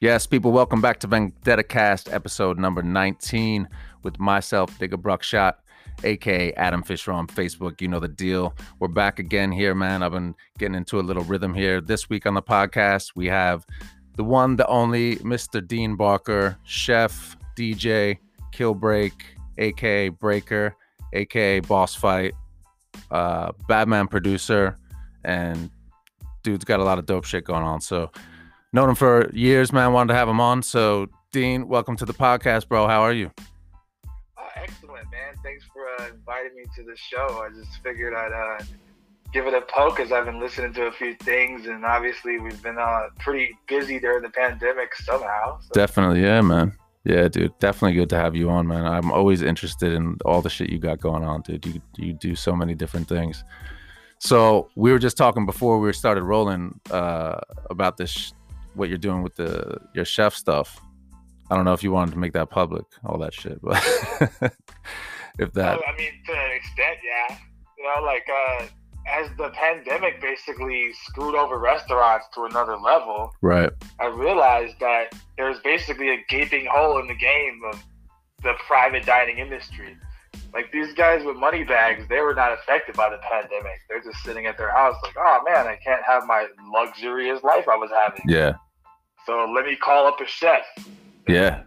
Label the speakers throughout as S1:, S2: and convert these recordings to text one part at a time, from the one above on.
S1: Yes, people, welcome back to Vendetta Cast, episode number 19, with myself, Digga Bruckshot, aka Adam Fisher on Facebook. You know the deal. We're back again here, man. I've been getting into a little rhythm here. This week on the podcast, we have the one, the only Mr. Dean Barker, chef, DJ, Kill Break, aka Breaker, aka Boss Fight, uh, Batman producer, and dude's got a lot of dope shit going on. So, known him for years, man. Wanted to have him on. So, Dean, welcome to the podcast, bro. How are you?
S2: Oh, excellent, man. Thanks for uh, inviting me to the show. I just figured I'd uh, give it a poke as I've been listening to a few things, and obviously we've been uh, pretty busy during the pandemic somehow. So.
S1: Definitely, yeah, man. Yeah, dude, definitely good to have you on, man. I'm always interested in all the shit you got going on, dude. You you do so many different things. So we were just talking before we started rolling uh, about this, sh- what you're doing with the your chef stuff. I don't know if you wanted to make that public, all that shit, but if that,
S2: So, I mean, to an extent, yeah. You know, like uh, as the pandemic basically screwed over restaurants to another level,
S1: right?
S2: I realized that there's basically a gaping hole in the game of the private dining industry. Like these guys with money bags, they were not affected by the pandemic. They're just sitting at their house, like, oh man, I can't have my luxurious life I was having.
S1: Yeah,
S2: So let me call up a chef.
S1: yeah,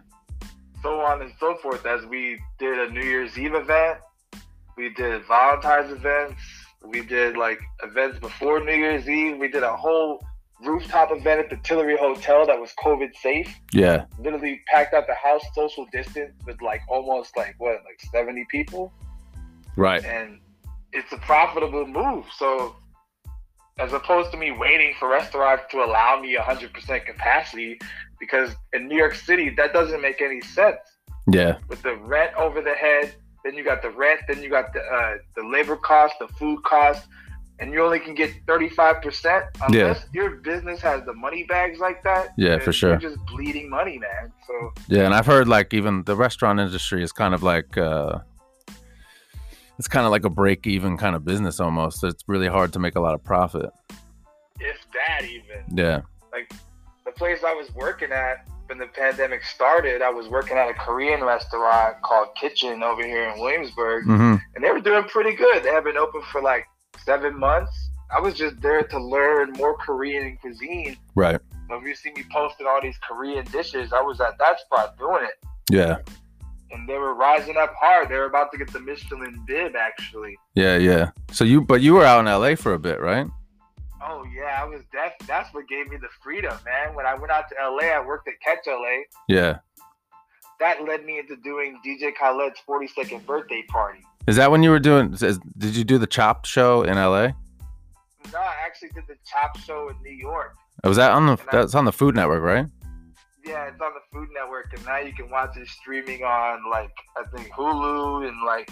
S2: So on and so forth. As we did a New Year's Eve event, we did Valentine's events, we did like events before New Year's Eve. We did a whole rooftop event at the Tillery Hotel that was COVID safe.
S1: yeah,
S2: literally packed out the house social distance with like almost like what like 70 people
S1: right.
S2: and it's a profitable move so as opposed to me waiting for restaurants to allow me 100% capacity because in new york city that doesn't make any sense
S1: Yeah,
S2: with the rent over the head then you got the rent then you got the uh, the labor cost the food cost and you only can get 35% unless your business has the money bags like that
S1: Yeah,
S2: then
S1: for sure.
S2: you're just bleeding money man so
S1: yeah, and I've heard like even the restaurant industry is kind of like uh it's kind of like a break even kind of business almost. It's really hard to make a lot of profit.
S2: if that even.
S1: Yeah,
S2: The place I was working at when the pandemic started, I was working at a Korean restaurant called Kitchen over here in Williamsburg,
S1: mm-hmm.
S2: and they were doing pretty good. They had been open for like seven months. I was just there to learn more Korean cuisine.
S1: right.
S2: When you see me posting all these Korean dishes, I was at that spot doing it.
S1: Yeah,
S2: And they were rising up hard. They were about to get the Michelin bib, actually.
S1: yeah, yeah. So you, but you were out in LA for a bit, right?
S2: Oh yeah, I was. That, that's what gave me the freedom, man. When I went out to LA, I worked at Catch LA,
S1: Yeah.
S2: that led me into doing DJ Khaled's 42nd birthday party.
S1: Is that when you were doing? Is, did you do the Chopped show in LA?
S2: No, I actually did the Chop Show in New York.
S1: Was that on the? That's on the Food Network, right?
S2: Yeah, it's on the Food Network, and now you can watch it streaming on like I think Hulu and like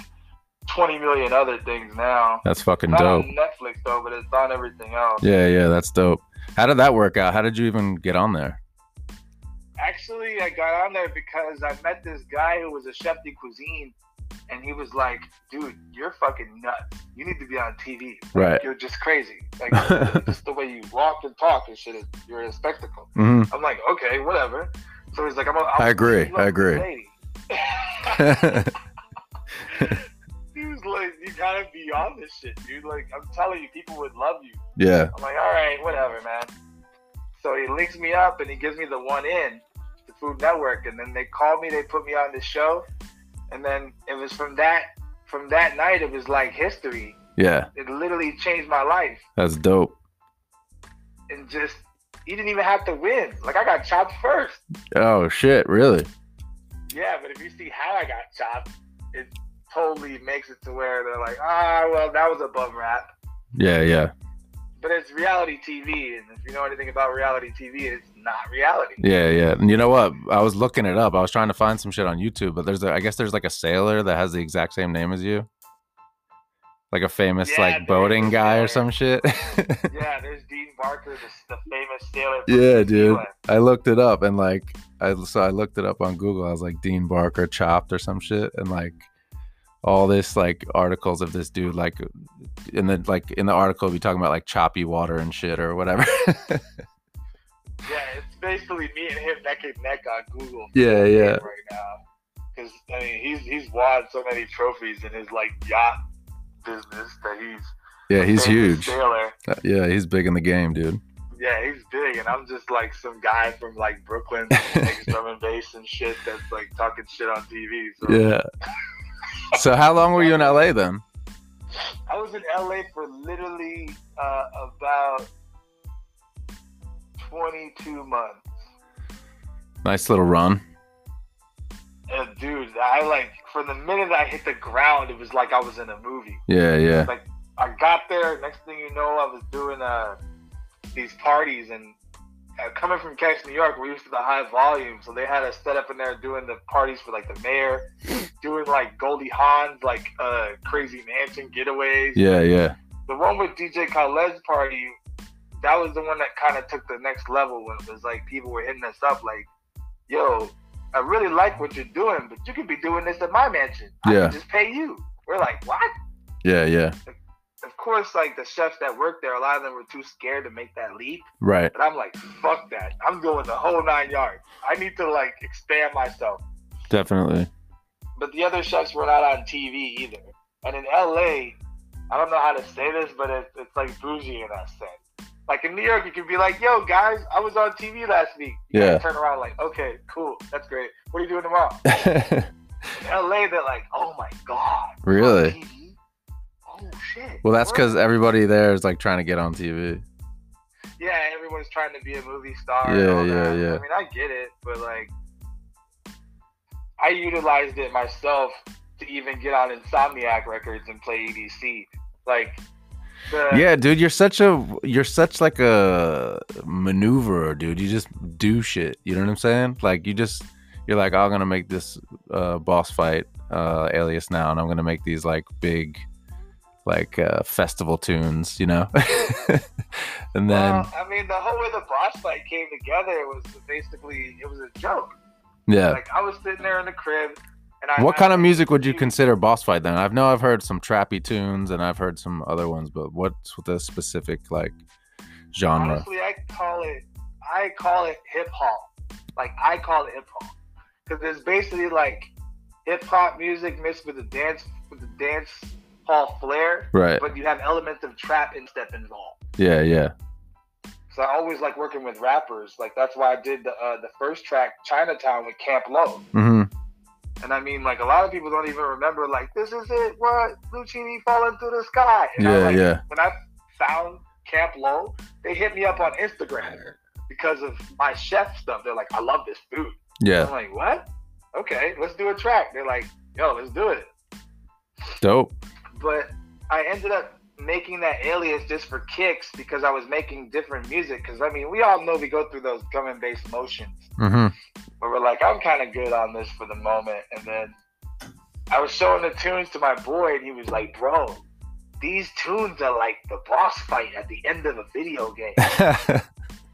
S2: 20 million other things now.
S1: That's fucking
S2: Not
S1: dope.
S2: on Netflix though, but it's on everything else.
S1: Yeah, yeah, that's dope. How did that work out? How did you even get on there?
S2: Actually, I got on there because I met this guy who was a chef de cuisine, and he was like, "Dude, you're fucking nuts. You need to be on TV.
S1: Right.
S2: You're just crazy. Like, just the way you walk and talk and shit. Is, you're a spectacle."
S1: hmm
S2: I'm like, "Okay, whatever." So he's like, "I'm." A, I'm
S1: I agree.
S2: he's like,
S1: I agree.
S2: "Lady."
S1: Mm-hmm.
S2: he was like, "You gotta be on this shit, dude. Like, I'm telling you, people would love you."
S1: yeah.
S2: I'm like, all right, whatever, man. So he links me up and he gives me the one in, the Food Network, and then they called me, they put me on the show, and then it was from that from that night it was like history.
S1: Yeah.
S2: It literally changed my life
S1: That's dope.
S2: and just you didn't even have to win. Like I got chopped first.
S1: Oh shit! Really?
S2: Yeah, but if you see how I got chopped, it totally makes it to where they're like, ah, well, that was a bum rap.
S1: Yeah, yeah,
S2: But it's reality TV, and if you know anything about reality TV, it's not reality.
S1: yeah, yeah. And you know what? I was looking it up. I was trying to find some shit on YouTube, but there's a. I guess there's like a sailor that has the exact same name as you. Like a famous
S2: Yeah, there
S1: like
S2: is
S1: boating
S2: a
S1: guy or
S2: sailor.
S1: some shit.
S2: yeah, there's Dean Barker, the, the famous sailor. from
S1: Yeah,
S2: New
S1: dude.
S2: Zealand.
S1: I looked it up and like I so I looked it up on Google. I was like Dean Barker chopped or some shit and like all this like articles of this dude like and then like in the article be talking about like choppy water and shit or whatever.
S2: Yeah, it's basically me and him neck and neck on Google.
S1: Yeah, yeah.
S2: Right now, because I mean, he's he's won so many trophies in his like yacht business that he's
S1: Yeah, he's
S2: a famous
S1: huge.
S2: Sailor.
S1: Uh, Yeah, he's big in the game, dude.
S2: Yeah, he's big, and I'm just like some guy from like Brooklyn, like drum and bass and shit that's like talking shit on TV. So
S1: Yeah. So how long were you in LA then?
S2: I was in LA for literally uh, about 22 months.
S1: Nice little run.
S2: And dude, I like from the minute I hit the ground, it was like I was in a movie.
S1: Yeah, yeah.
S2: I got there. Next thing you know, I was doing uh, these parties and uh, coming from Cash, New York, we're used to the high volume, so they had us set up in there doing the parties for like the mayor, doing like Goldie Hawn's like uh, crazy mansion getaways.
S1: Yeah, yeah.
S2: The one with DJ Khaled's party, that was the one that kind of took the next level when it was like people were hitting us up like, "Yo, I really like what you're doing, but you could be doing this at my mansion. I
S1: Yeah.
S2: can just pay you." We're like, "What?"
S1: Yeah, yeah.
S2: of course, like the chefs that worked there, a lot of them were too scared to make that leap.
S1: Right.
S2: But I'm like, fuck that. I'm going the whole nine yards. I need to like expand myself.
S1: Definitely.
S2: But the other chefs were not on TV either. And in LA, I don't know how to say this, but it, it's like bougie in that sense. Like in New York, you can be like, yo, guys, I was on TV last week. You
S1: Yeah.
S2: gotta Turn around, like, okay, cool. That's great. What are you doing tomorrow? In LA, they're like, oh my God. on
S1: really?
S2: TV? Oh, shit.
S1: Well, that's
S2: Where-
S1: because everybody there is like trying to get on TV.
S2: yeah, everyone's trying to be a movie star.
S1: Yeah,
S2: and all
S1: yeah,
S2: that.
S1: yeah.
S2: I mean, I get it, but like, I utilized it myself to even get on Insomniac Records and play EDC. Like, the,
S1: Yeah, dude, you're such a you're such like a maneuverer, dude. You just do shit. You know what I'm saying? Like you just you're like, "Oh, I'm gonna make this uh, boss fight uh, alias now, and I'm gonna make these like big like uh, festival tunes, you know. and then
S2: well, I mean, the whole way the boss fight came together was basically it was a joke.
S1: yeah,
S2: Like, I was sitting there in the crib, and I
S1: what
S2: had-
S1: kind of music would you
S2: you-
S1: consider boss fight then? I've know I've heard some trappy tunes and I've heard some other ones, but what's the specific like genre?
S2: Honestly, I call it I call it hip hop. Like I call it hip hop because it's basically like hip hop music mixed with the dance with the dance hall flair,
S1: Right.
S2: but you have elements of trap and step involved.
S1: Yeah, yeah.
S2: So I always like working with rappers. Like that's why I did the uh, the first track Chinatown with Camp Low.
S1: hmm
S2: And I mean, like a lot of people don't even remember. Like this is it. What Lucini falling through the sky? And I'm
S1: Yeah,
S2: like,
S1: yeah.
S2: when I found Camp Low, they hit me up on Instagram because of my chef stuff. They're like, I love this food.
S1: Yeah.
S2: I'm like, what? Okay, let's do a track. They're like, yo, let's do it.
S1: Dope.
S2: But I ended up making that alias just for kicks because I was making different music. Because I mean, we all know we go through those drum and bass motions
S1: hmm
S2: where we're like, I'm kind of good on this for the moment. And then I was showing the tunes to my boy, and he was like, bro, these tunes are like the boss fight at the end of a video game.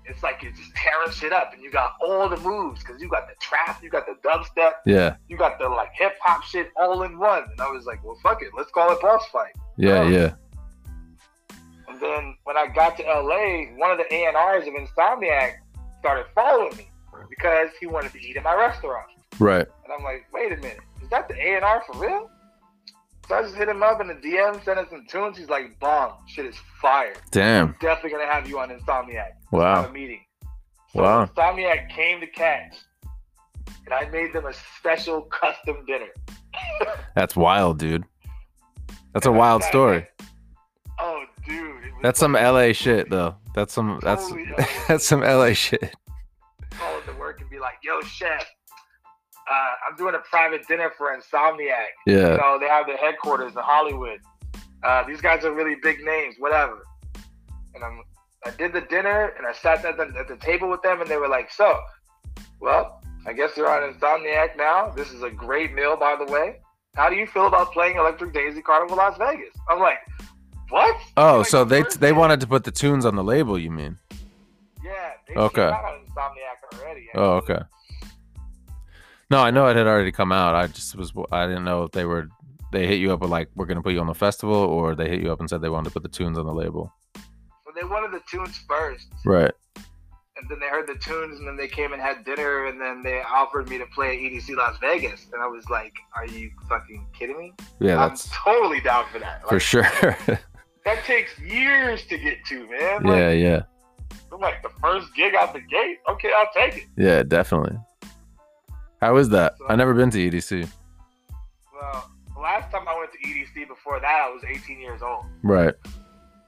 S2: It's like you're just tearing shit up, and you got all the moves because you got the trap, you got the dubstep,
S1: yeah.
S2: you got the like hip hop shit all in one. And I was like, well, fuck it, let's call it boss fight.
S1: Yeah, yeah.
S2: And then when I got to LA, one of the ANRs of Insomniac started following me because he wanted to eat at my restaurant.
S1: Right.
S2: And I'm like, wait a minute, is that the A and R for real? So I just hit him up in the DM, sent him some tunes. He's like, bomb, shit is fire.
S1: Damn.
S2: Definitely gonna have you on Insomniac. Have
S1: Wow.
S2: a meeting. So
S1: Wow.
S2: Insomniac came to catch, and I made them a special custom dinner.
S1: That's wild, dude. That's a wild story.
S2: Oh, dude. it was
S1: That's some
S2: like-
S1: LA shit though. That's some that's
S2: Totally LA.
S1: that's some LA shit. e-
S2: call into work and be like, yo, chef, uh, I'm doing a private dinner for Insomniac. you
S1: Yeah.
S2: know, they have their headquarters in Hollywood. Uh, these guys are really big names, whatever. And I'm, I did the dinner and I sat at the, at the table with them, and they were like, So, well, I guess you're on Insomniac now. This is a great meal, by the way. How do you feel about playing Electric Daisy Carnival Las Vegas? I'm like, What?
S1: Oh,
S2: Like,
S1: so they
S2: first
S1: they
S2: day-
S1: wanted to put the tunes on the label, you mean?
S2: Yeah, they
S1: Okay.
S2: okay. out on Insomniac already.
S1: Oh, okay. No, I know it had already come out. I just was I didn't know if they were they hit you up with like we're gonna put you on the festival or they hit you up and said they wanted to put the tunes on the label.
S2: But they wanted the tunes first.
S1: Right.
S2: and then they heard the tunes, and then they came and had dinner, and then they offered me to play at EDC Las Vegas, and I was like, "Are you fucking kidding me?
S1: Yeah,
S2: I'm
S1: that's
S2: totally down for that.
S1: for
S2: Like,
S1: sure.
S2: That takes years to get to, man. Like,
S1: yeah, yeah,
S2: I'm like the first gig out the gate. Okay, I'll take it.
S1: yeah, definitely. How is that?
S2: So-
S1: I've never been to E EDC.
S2: Well, the last time I went to EDC before that, I was 18 years old.
S1: Right.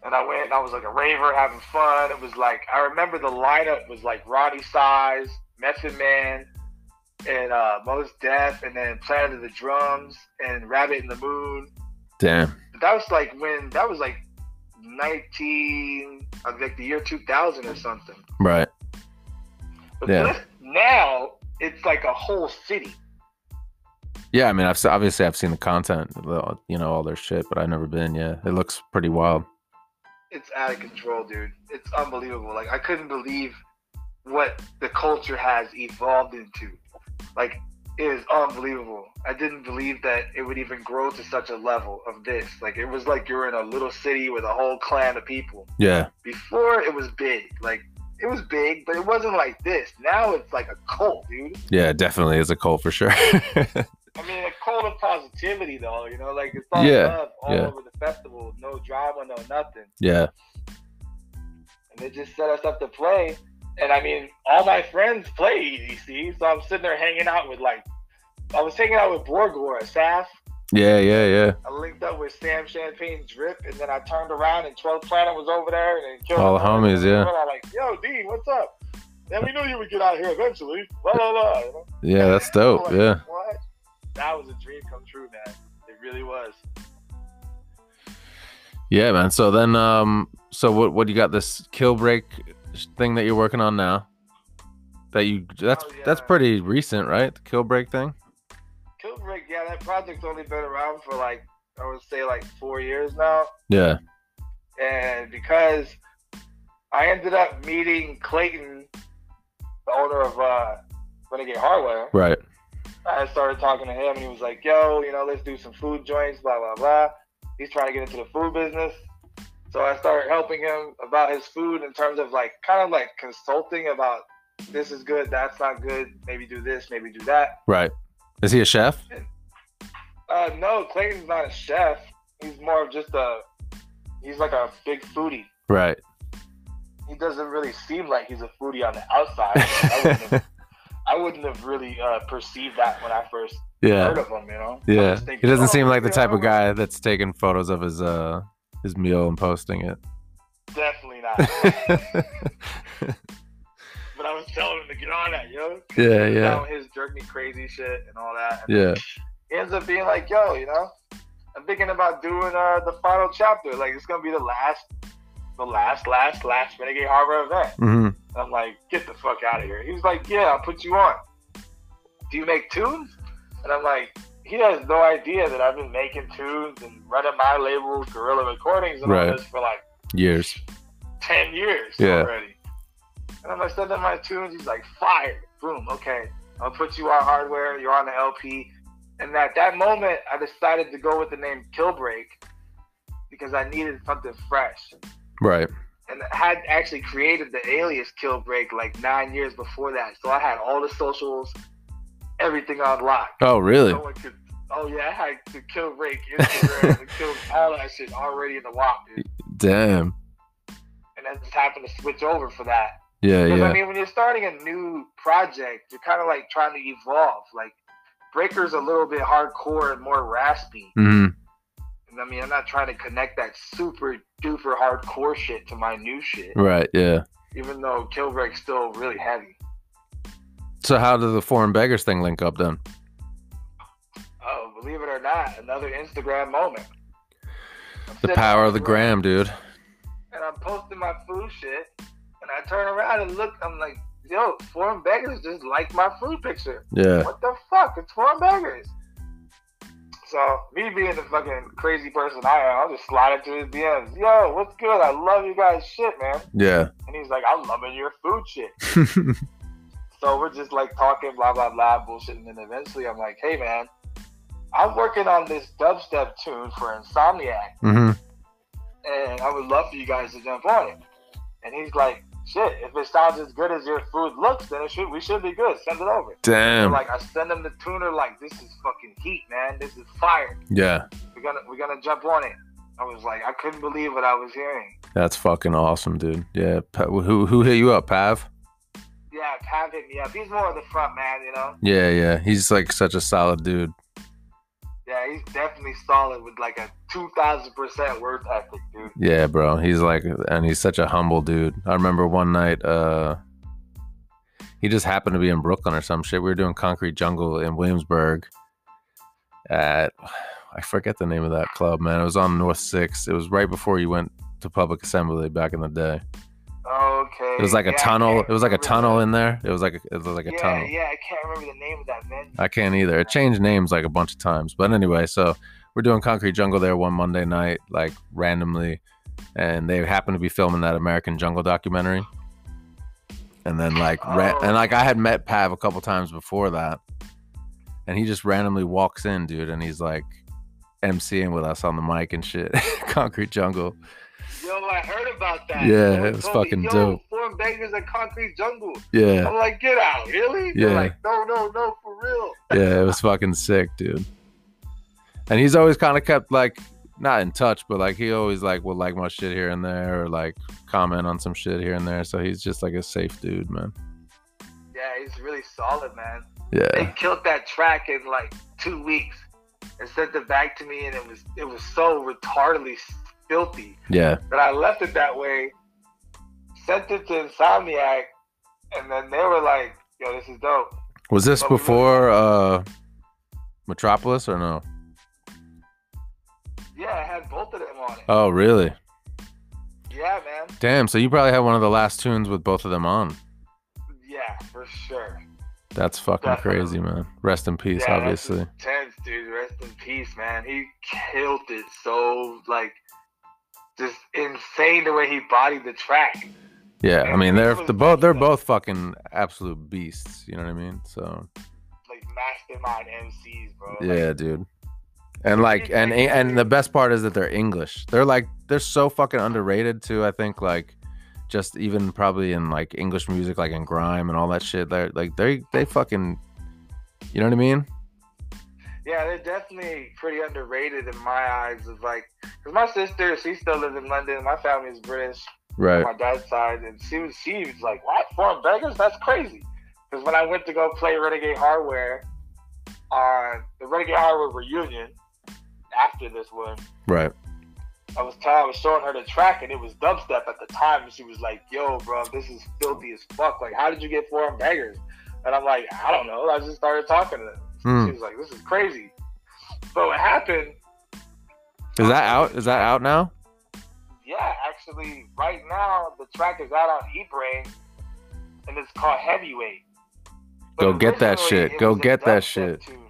S2: And I went and I was like a raver having fun. It was like, I remember the lineup was like Roddy Size, Method Man, and uh, Mos Def, and then Planet of the Drums, and Rabbit in the Moon.
S1: Damn.
S2: But that was like when, that was like 19, of like the year 2000 or something.
S1: Right.
S2: But
S1: Yeah.
S2: this, now it's like a whole city.
S1: Yeah, I mean, I've se- obviously I've seen the content, the- you know, all their shit, but I've never been. Yeah, it looks pretty wild.
S2: it's out of control, dude. It's unbelievable. Like I couldn't believe what the culture has evolved into. Like it is unbelievable. I didn't believe that it would even grow to such a level of this. Like it was like you're in a little city with a whole clan of people.
S1: Yeah,
S2: Before it was big. Like it was big, but it wasn't like this. Now it's like a cult, dude.
S1: yeah, definitely is a cult for sure.
S2: I mean, a cult of positivity, though. You know, like it's all
S1: Yeah,
S2: love all
S1: yeah.
S2: over the festival. No drama, no nothing.
S1: yeah,
S2: and they just set us up to play. And I mean, all my friends play EDC, so I'm sitting there hanging out with like, I was hanging out with Borgor, Saf.
S1: yeah, yeah, yeah.
S2: I linked up with Sam Champagne Drip, and then I turned around and 12th Planet was over there and then killed
S1: All the
S2: him.
S1: homies,
S2: And
S1: yeah.
S2: I'm like, yo, D, what's up? Yeah, we knew you would get out here eventually. Blah blah blah. You know?
S1: Yeah, that's dope.
S2: I'm like,
S1: Yeah.
S2: What? That was a dream come true, man. It really was.
S1: Yeah, man. So then um so what what you got this kill break sh- thing that you're working on now? That you that's
S2: Oh,
S1: that's
S2: yeah.
S1: pretty recent, right? The kill break thing?
S2: Kill Brick, yeah, that project's only been around for like, I would say like four years now.
S1: Yeah.
S2: and because I ended up meeting Clayton, the owner of uh, Renegade Hardware,
S1: Right.
S2: I started talking to him, and he was like, "Yo, you know, let's do some food joints, blah blah blah." He's trying to get into the food business, so I started helping him about his food in terms of like kind of like consulting about this is good, that's not good, maybe do this, maybe do that.
S1: Right. Is he a chef?
S2: Uh, no, Clayton's not a chef. He's more of just a he's like a big foodie.
S1: Right.
S2: he doesn't really seem like he's a foodie on the outside. I wouldn't have, I wouldn't have really uh, perceived that when I first
S1: yeah.
S2: heard of him, you know? I
S1: Yeah.
S2: was
S1: He
S2: thinking,
S1: doesn't
S2: "Oh,
S1: seem like the
S2: yeah,
S1: type
S2: I'm
S1: of guy that's taking photos of his uh his meal and posting it.
S2: Definitely not. but I was telling him to get on that, yo.
S1: yeah,
S2: You know,
S1: yeah.
S2: his jerk me crazy shit and all that. And
S1: Yeah.
S2: He ends up being like, yo, you know, I'm thinking about doing uh, the final chapter. Like, it's going to be the last, the last, last, last Renegade Harbor event.
S1: hmm
S2: And I'm like, get the fuck out of here. He was like, yeah, I'll put you on. Do you make tunes? And I'm like, he has no idea that I've been making tunes and running my label, Gorilla Recordings, and all
S1: Right.
S2: this for like
S1: Years.
S2: 10 years
S1: Yeah.
S2: already. And I'm like, send him my tunes. He's like, fire. Boom, okay. I'll put you on hardware. You're on the LP. And at that moment, I decided to go with the name Killbreak because I needed something fresh
S1: Right.
S2: and had actually created the alias Kill Break like nine years before that. So I had all the socials, everything on lock.
S1: Oh really?
S2: No one could. Oh yeah, I had the Kill Break Instagram, the Kill all that shit already in the WAP, dude.
S1: Damn.
S2: And I just happened to switch over for that.
S1: Yeah,
S2: Because I
S1: yeah.
S2: mean, when you're starting a new project, you're kind of like trying to evolve. Like Breaker's a little bit hardcore and more raspy.
S1: hmm
S2: And I mean, I'm not trying to connect that super duper hardcore shit to my new shit,
S1: Right, yeah.
S2: even though Kill Break's still really heavy.
S1: So how did the foreign beggars thing link up then?
S2: Oh, believe it or not, another Instagram moment. I'm
S1: The
S2: sitting
S1: power
S2: on
S1: of the gram, dude.
S2: And I'm posting my food shit, and I turn around and look. I'm like, yo, foreign beggars just like my food picture.
S1: Yeah.
S2: What the fuck? It's foreign beggars. So me being the fucking crazy person I am, I'll just slide into his DMs. Yo, what's good? I love you guys' shit, man.
S1: Yeah. Mm-hmm.
S2: And he's like, I'm loving your food shit. So we're just like talking, blah blah blah, bullshit, and then eventually I'm like, hey man, I'm working on this dubstep tune for Insomniac,
S1: hmm
S2: and I would love for you guys to jump on it. And he's like, shit, if it sounds as good as your food looks, then it should we should be good. Send it over.
S1: Damn.
S2: Like I send them the tuner, like this is fucking heat, man. This is fire.
S1: yeah.
S2: We're gonna we're gonna jump on it. I was like, I couldn't believe what I was hearing.
S1: That's fucking awesome, dude. Yeah. Pa- who who hit you up, Pav?
S2: Yeah, Pav hit me up. He's more of the front man, you know.
S1: Yeah, yeah. He's like such a solid dude.
S2: Yeah, he's definitely solid with like a two thousand percent work ethic, dude.
S1: Yeah, bro. He's like, and he's such a humble dude. I remember one night, uh, he just happened to be in Brooklyn or some shit. We were doing Concrete Jungle in Williamsburg at, I forget the name of that club, man. It was on North 6. It was right before you went to Public Assembly back in the day.
S2: Okay.
S1: It was like a
S2: yeah, I
S1: tunnel.
S2: can't
S1: It was like a
S2: remember
S1: tunnel
S2: the-
S1: in there. It was like a, it was like a
S2: yeah,
S1: tunnel.
S2: yeah, I can't remember the name of that venue.
S1: I can't either. It changed names like a bunch of times. But anyway, so we're doing Concrete Jungle there one Monday night, like randomly, and they happened to be filming that American Jungle documentary. And then like ra-
S2: Oh.
S1: and like I had met Pav a couple times before that, and he just randomly walks in, dude, and he's like MCing with us on the mic and shit. Concrete Jungle.
S2: Yo, I heard about that.
S1: Yeah,
S2: Someone
S1: it was
S2: told me,
S1: fucking
S2: Yo,
S1: dope.
S2: Four beggars at Concrete Jungle.
S1: Yeah,
S2: I'm like, get out, really? They're
S1: Yeah.
S2: Like, no, no, no, for real.
S1: yeah, it was fucking sick, dude. And he's always kind of kept like not in touch, but like he always like will like my shit here and there or like comment on some shit here and there. So he's just like a safe dude, man.
S2: Yeah, he's really solid, man. They
S1: Yeah.
S2: killed that track in like two weeks and sent it back to me, and it was it was so retardedly filthy
S1: Yeah.
S2: that I left it that way. Sent it to Insomniac, and then they were like, "Yo, this is dope."
S1: Was this
S2: But we-
S1: before uh Metropolis or no?
S2: Yeah, I had both of them on it.
S1: Oh, really?
S2: yeah, man.
S1: Damn, so you probably had one of the last tunes with both of them on.
S2: Yeah, for sure.
S1: That's fucking
S2: Definitely.
S1: crazy, man. Rest in peace,
S2: Yeah, that's
S1: obviously.
S2: Tense, dude. Rest in peace, man. He killed it so like just insane the way he bodied the track.
S1: Yeah, I
S2: Yeah,
S1: mean
S2: this
S1: they're
S2: was
S1: the both they're
S2: like-
S1: both fucking absolute beasts, you know what I mean? So
S2: Like mastermind MCs, bro. Like,
S1: Yeah, dude. And like and and the best part is that they're English. They're like they're so fucking underrated too. I think like just even probably in like English music, like in grime and all that shit. They're like they they fucking, you know what I mean?
S2: yeah, they're definitely pretty underrated in my eyes. Of like, cause my sister, she still lives in London. My family is British on
S1: Right.
S2: my dad's side, and she was she was like, "What? Foreign beggars? That's crazy." Because when I went to go play Renegade Hardware on the Renegade Hardware reunion after this one,
S1: Right.
S2: I was telling, I was showing her the track, and it was dubstep at the time, and she was like, "Yo, bro, this is filthy as fuck. Like, how did you get foreign beggars?" And I'm like, "I don't know. I just started talking to them."
S1: Hmm.
S2: She was like, "This is crazy." So what happened?
S1: Is that out? Is that out now?
S2: Yeah, actually, right now the track is out on eBrain, and it's called Heavyweight.
S1: Go get that
S2: originally,
S1: shit.
S2: it
S1: Go
S2: was a
S1: get that
S2: dubstep
S1: shit.
S2: tune.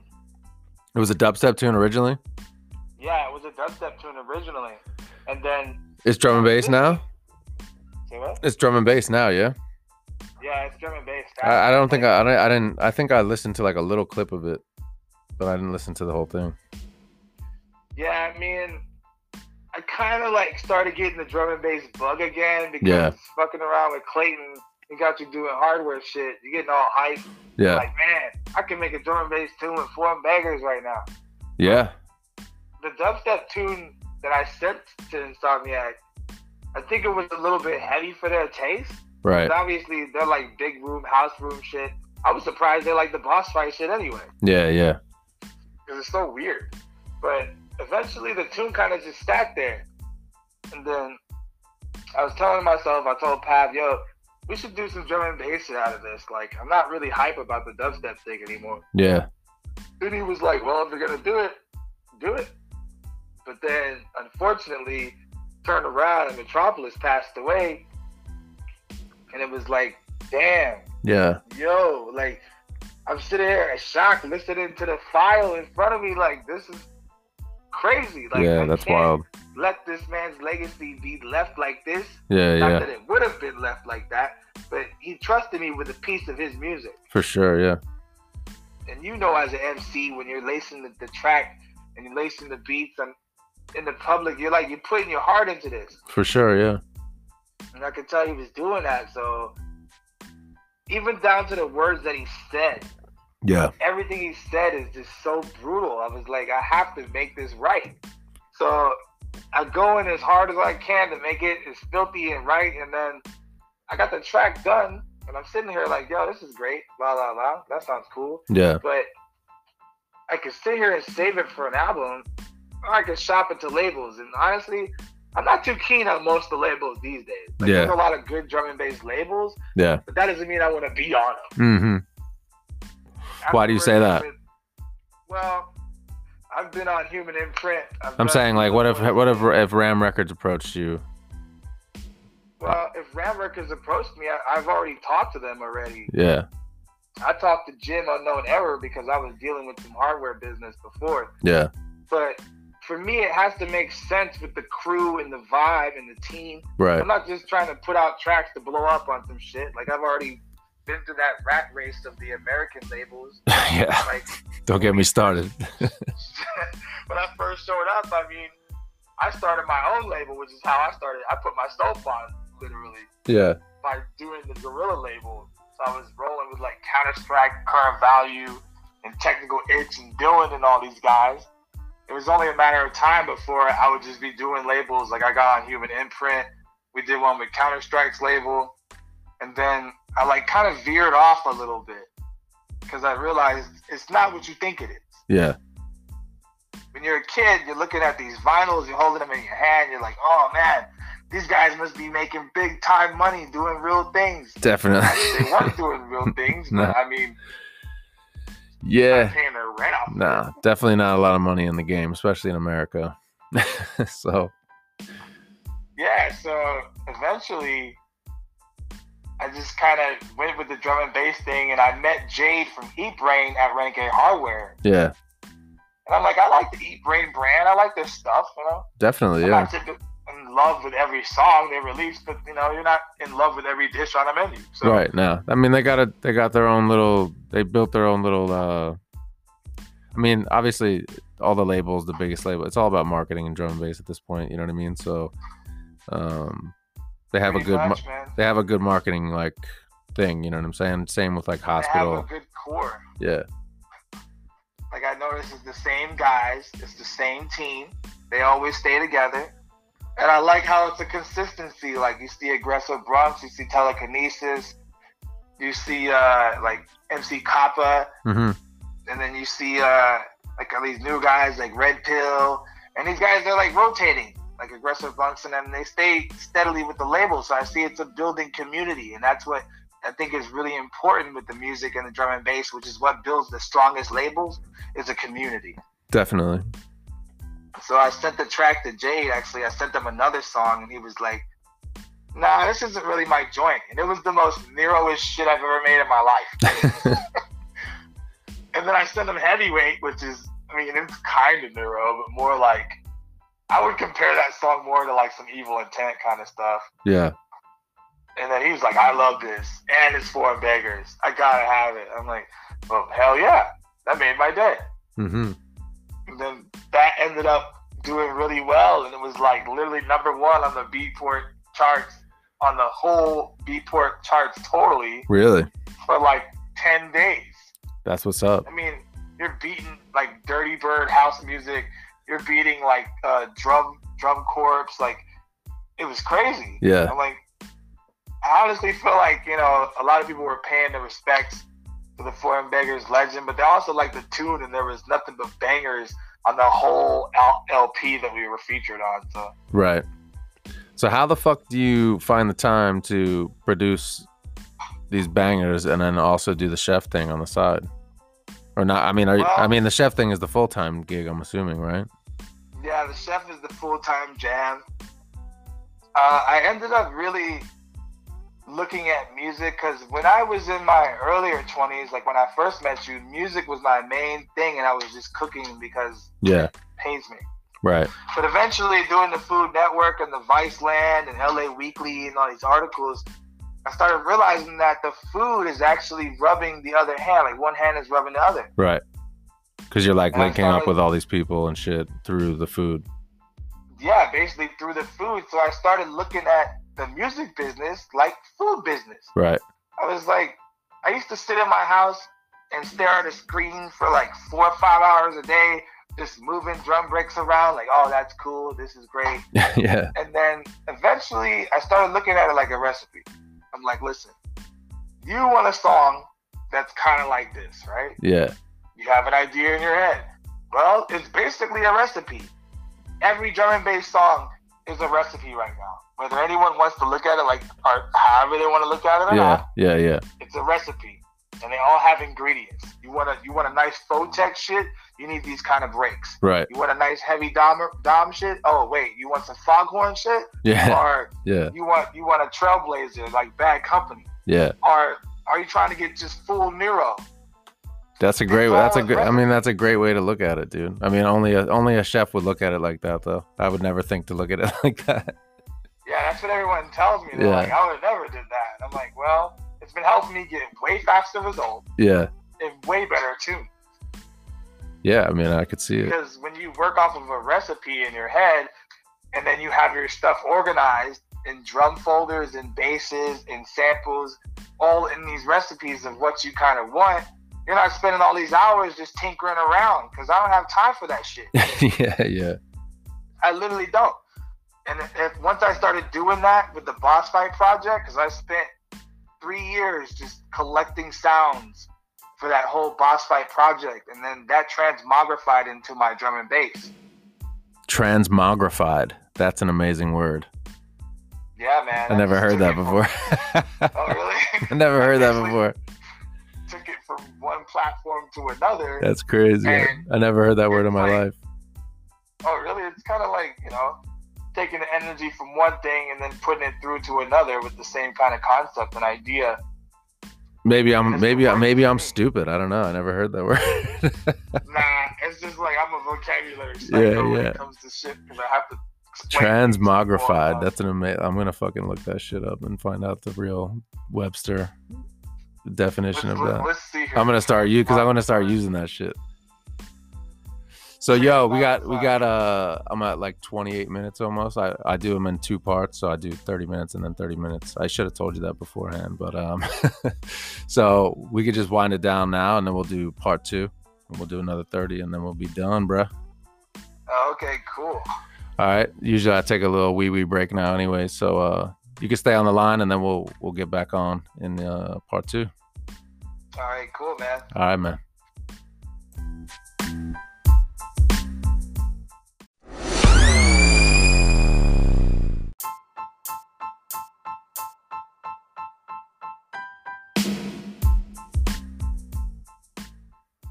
S1: It was a dubstep tune originally.
S2: Yeah, it was a dubstep tune originally, and then
S1: It's drum and bass now.
S2: say what?
S1: It's drum and bass now. Yeah.
S2: Yeah, it's drum and bass.
S1: I, I don't think I, I don't- I didn't. I think I listened to like a little clip of it, but I didn't listen to the whole thing.
S2: Yeah, I mean, I kind of like started getting the drum and bass bug again because
S1: Yeah.
S2: fucking around with Clayton, he got you doing hardware shit. You're getting all hype.
S1: Yeah.
S2: Like, man, I can make a drum and bass tune with foreign beggars right now.
S1: Yeah.
S2: The dubstep tune that I sent to Insomniac, I think it was a little bit heavy for their taste.
S1: Right.
S2: But obviously, they're like big room, house room shit. I was surprised they like the boss fight shit anyway.
S1: Yeah. Yeah.
S2: because it's so weird. But eventually, the tune kind of just stacked there. And then I was telling myself, I told Pav, yo, we should do some drum and bass shit out of this. Like, I'm not really hype about the dubstep thing anymore.
S1: Yeah.
S2: Then he was like, well, if you're going to do it, do it. But then, unfortunately, turned around and Metropolis passed away. And it was like, damn,
S1: Yeah.
S2: yo, like I'm sitting here shocked listening to the file in front of me, like this is crazy. Like
S1: yeah.
S2: I
S1: That's
S2: can't
S1: wild.
S2: Let this man's legacy be left like this.
S1: Yeah,
S2: Not
S1: yeah,
S2: that it would have been left like that, but he trusted me with a piece of his music.
S1: for sure. Yeah,
S2: And you know as an MC when you're lacing the, the track and you're lacing um, the beats and in the public, you're like you're putting your heart into this.
S1: for sure. Yeah,
S2: and I could tell he was doing that. So even down to the words that he said,
S1: Yeah.
S2: everything he said is just so brutal. I was like, I have to make this right. So I go in as hard as I can to make it as filthy and right. And then I got the track done. And I'm sitting here like, yo, this is great. La, la, la. That sounds cool.
S1: Yeah.
S2: But I could sit here and save it for an album, or I could shop it to labels. And honestly, I'm not too keen on most of the labels these days. Like,
S1: Yeah.
S2: There's a lot of good drum and bass labels,
S1: Yeah.
S2: but that doesn't mean I want to be on them.
S1: Mm-hmm.
S2: I've
S1: Why do you
S2: worked
S1: say that?
S2: with- well, I've been on Human Imprint. I've
S1: I'm
S2: done-
S1: saying like what if what if if Ram Records approached you?
S2: Well, if Ram Records approached me, I, I've already talked to them already.
S1: Yeah.
S2: I talked to Jim Unknown Error because I was dealing with some hardware business before.
S1: Yeah.
S2: But for me, it has to make sense with the crew and the vibe and the team.
S1: Right.
S2: I'm not just trying to put out tracks to blow up on some shit. Like I've already been through that rat race of the American labels.
S1: yeah.
S2: Like
S1: Don't get me started.
S2: when I first showed up, I mean, I started my own label, which is how I started. I put myself on literally
S1: Yeah.
S2: by doing the Gorilla label. So I was rolling with like Counter Strike, Current Value, and Technical Itch, and Dylan, and all these guys. It was only a matter of time before I would just be doing labels. Like I got on Human Imprint, we did one with Counter Strike's label, and then I like kind of veered off a little bit because I realized it's not what you think it is
S1: Yeah.
S2: when you're a kid, you're looking at these vinyls, you're holding them in your hand, you're like, oh man, these guys must be making big time money doing real things. They
S1: Definitely.
S2: weren't doing real things,
S1: No.
S2: but I mean,
S1: yeah.
S2: paying their rent off.
S1: Nah, definitely not a lot of money in the game, especially in America. so
S2: Yeah, so eventually, I just kind of went with the drum and bass thing, and I met Jade from Eat Brain at Renegade Hardware.
S1: yeah,
S2: And I'm like, I like the Eat Brain brand, I like their stuff, you know?
S1: definitely.
S2: I'm
S1: Yeah,
S2: not typ- in love with every song they release, but you know, you're not in love with every dish on a menu. So
S1: right. Now, I mean, they got a they got their own little. They built their own little. uh I mean, obviously, all the labels, the biggest label, it's all about marketing and drum and bass at this point. You know what I mean? So, um, they have a
S2: pretty
S1: good mar-
S2: much, man.
S1: they have a good marketing like thing. You know what I'm saying? Same with like
S2: They have
S1: hospital.
S2: a good core.
S1: Yeah,
S2: Like I noticed, it's the same guys. It's the same team. They always stay together. And I like how it's a consistency. Like you see aggressive Bronx, you see telekinesis, you see uh, like MC Kappa,
S1: hmm
S2: and then you see uh, like all these new guys like Red Pill, and these guys they're like rotating, like aggressive bunks, and then they stay steadily with the label. So I see it's a building community, and that's what I think is really important with the music and the drum and bass, which is what builds the strongest labels is a community.
S1: definitely.
S2: So I sent the track to Jade. Actually, I sent him another song, and he was like. Nah, this isn't really my joint. And it was the most Nero-ish shit I've ever made in my life. And then I send him heavyweight, which is, I mean, it's kind of neuro, but more like, I would compare that song more to like some evil intent kind of stuff.
S1: yeah,
S2: And then he was like, I love this. And it's for beggars. I gotta have it. I'm like, well, hell yeah. That made my day.
S1: hmm
S2: And then that ended up doing really well. And it was like literally number one on the Beatport charts, on the whole Beatport charts totally
S1: really.
S2: for like 10 days.
S1: That's what's up.
S2: I mean, you're beating like Dirty Bird house music. You're beating like uh, drum drum corps. Like it was crazy.
S1: Yeah.
S2: I'm like, I honestly feel like you know a lot of people were paying their respects to the Foreign Beggars legend, but they also like the tune, and there was nothing but bangers on the whole L- LP that we were featured on. So
S1: Right. So how the fuck do you find the time to produce these bangers and then also do the chef thing on the side? Or not? I mean, are you, I
S2: Well-
S1: mean the chef thing is the full time gig. I'm assuming, right?
S2: Yeah, the chef is the full time jam. Uh, I ended up really looking at music because when I was in my earlier 20s, like when I first met you, music was my main thing and I was just cooking because
S1: Yeah.
S2: it pains me.
S1: Right.
S2: But eventually, doing the Food Network and the Vice Land and LA Weekly and all these articles, I started realizing that the food is actually rubbing the other hand. Like one hand is rubbing the other.
S1: Right. Because you're like
S2: And I
S1: linking up
S2: started-
S1: with all these people and shit through the food.
S2: yeah, basically through the food. So I started looking at the music business like food business.
S1: Right.
S2: I was like, I used to sit in my house and stare at a screen for like four or five hours a day, just moving drum breaks around, like, oh, that's cool, this is great.
S1: yeah.
S2: And then eventually I started looking at it like a recipe. I'm like, listen, you want a song that's kind of like this, right?
S1: Yeah.
S2: You have an idea in your head. Well, it's basically a recipe. Every drum and bass song is a recipe right now. Whether anyone wants to look at it like or however they want to look at it or not,
S1: Yeah. Yeah. Yeah.
S2: it's a recipe, and they all have ingredients. You want to you want a nice tech shit. You need these kind of breaks.
S1: Right.
S2: You want a nice heavy dom dom shit. Oh wait, you want some foghorn shit,
S1: Yeah.
S2: or
S1: Yeah.
S2: you want you want a trailblazer like Bad Company,
S1: Yeah.
S2: or are you trying to get just full Nero?
S1: That's a great.
S2: It's
S1: That's a
S2: all
S1: great. I
S2: relative.
S1: mean, that's a great way to look at it, dude. I mean, only a, only a chef would look at it like that, though. I would never think to look at it like that.
S2: Yeah, that's what everyone tells me. They're
S1: Yeah.
S2: like, I would have never did that. I'm like, well, it's been helping me get way faster results
S1: Yeah.
S2: and way better too.
S1: Yeah. I mean, I could see it.
S2: because when you work off of a recipe in your head and then you have your stuff organized in drum folders and bases and samples all in these recipes of what you kind of want you're not spending all these hours just tinkering around because i don't have time for that shit
S1: yeah. Yeah.
S2: i literally don't and if- if once i started doing that with the boss fight project because i spent three years just collecting sounds for that whole boss fight project and then that transmogrified into my drum and bass
S1: Transmogrified. That's an amazing word.
S2: Yeah, man.
S1: I never
S2: just
S1: heard
S2: took
S1: that
S2: it from-
S1: before.
S2: Oh, really?
S1: I never heard that
S2: Actually-
S1: before.
S2: took it from one platform to another.
S1: That's crazy.
S2: And
S1: I never heard that word in my
S2: like-
S1: life.
S2: Oh, really? It's kind of like, you know, taking the energy from one thing and then putting it through to another with the same kind of concept and idea.
S1: Maybe I'm
S2: That's
S1: maybe
S2: the
S1: I
S2: word
S1: maybe I'm
S2: thing.
S1: stupid. I don't know. I never heard that word.
S2: nah, it's just like I'm a vocabulary psycho
S1: Yeah,
S2: when
S1: yeah.
S2: it comes to shit because I have to explain. things to people all the
S1: Transmogrified.
S2: time.
S1: That's an amazing. I'm gonna fucking look that shit up and find out the real Webster
S2: let's,
S1: definition of
S2: let-
S1: that.
S2: let's see here.
S1: I'm gonna start you because I'm gonna start using that shit. So yo, we got we got uh I'm at like 28 minutes almost. I I do them in two parts, so I do 30 minutes and then 30 minutes. I should have told you that beforehand, but um, so we could just wind it down now, and then we'll do part two, and we'll do another 30, and then we'll be done, bruh.
S2: Oh, okay, cool.
S1: All right. Usually I take a little wee wee break now anyway. So uh you can stay on the line and then we'll we'll get back on in uh part two.
S2: All right, cool, man.
S1: All right, man.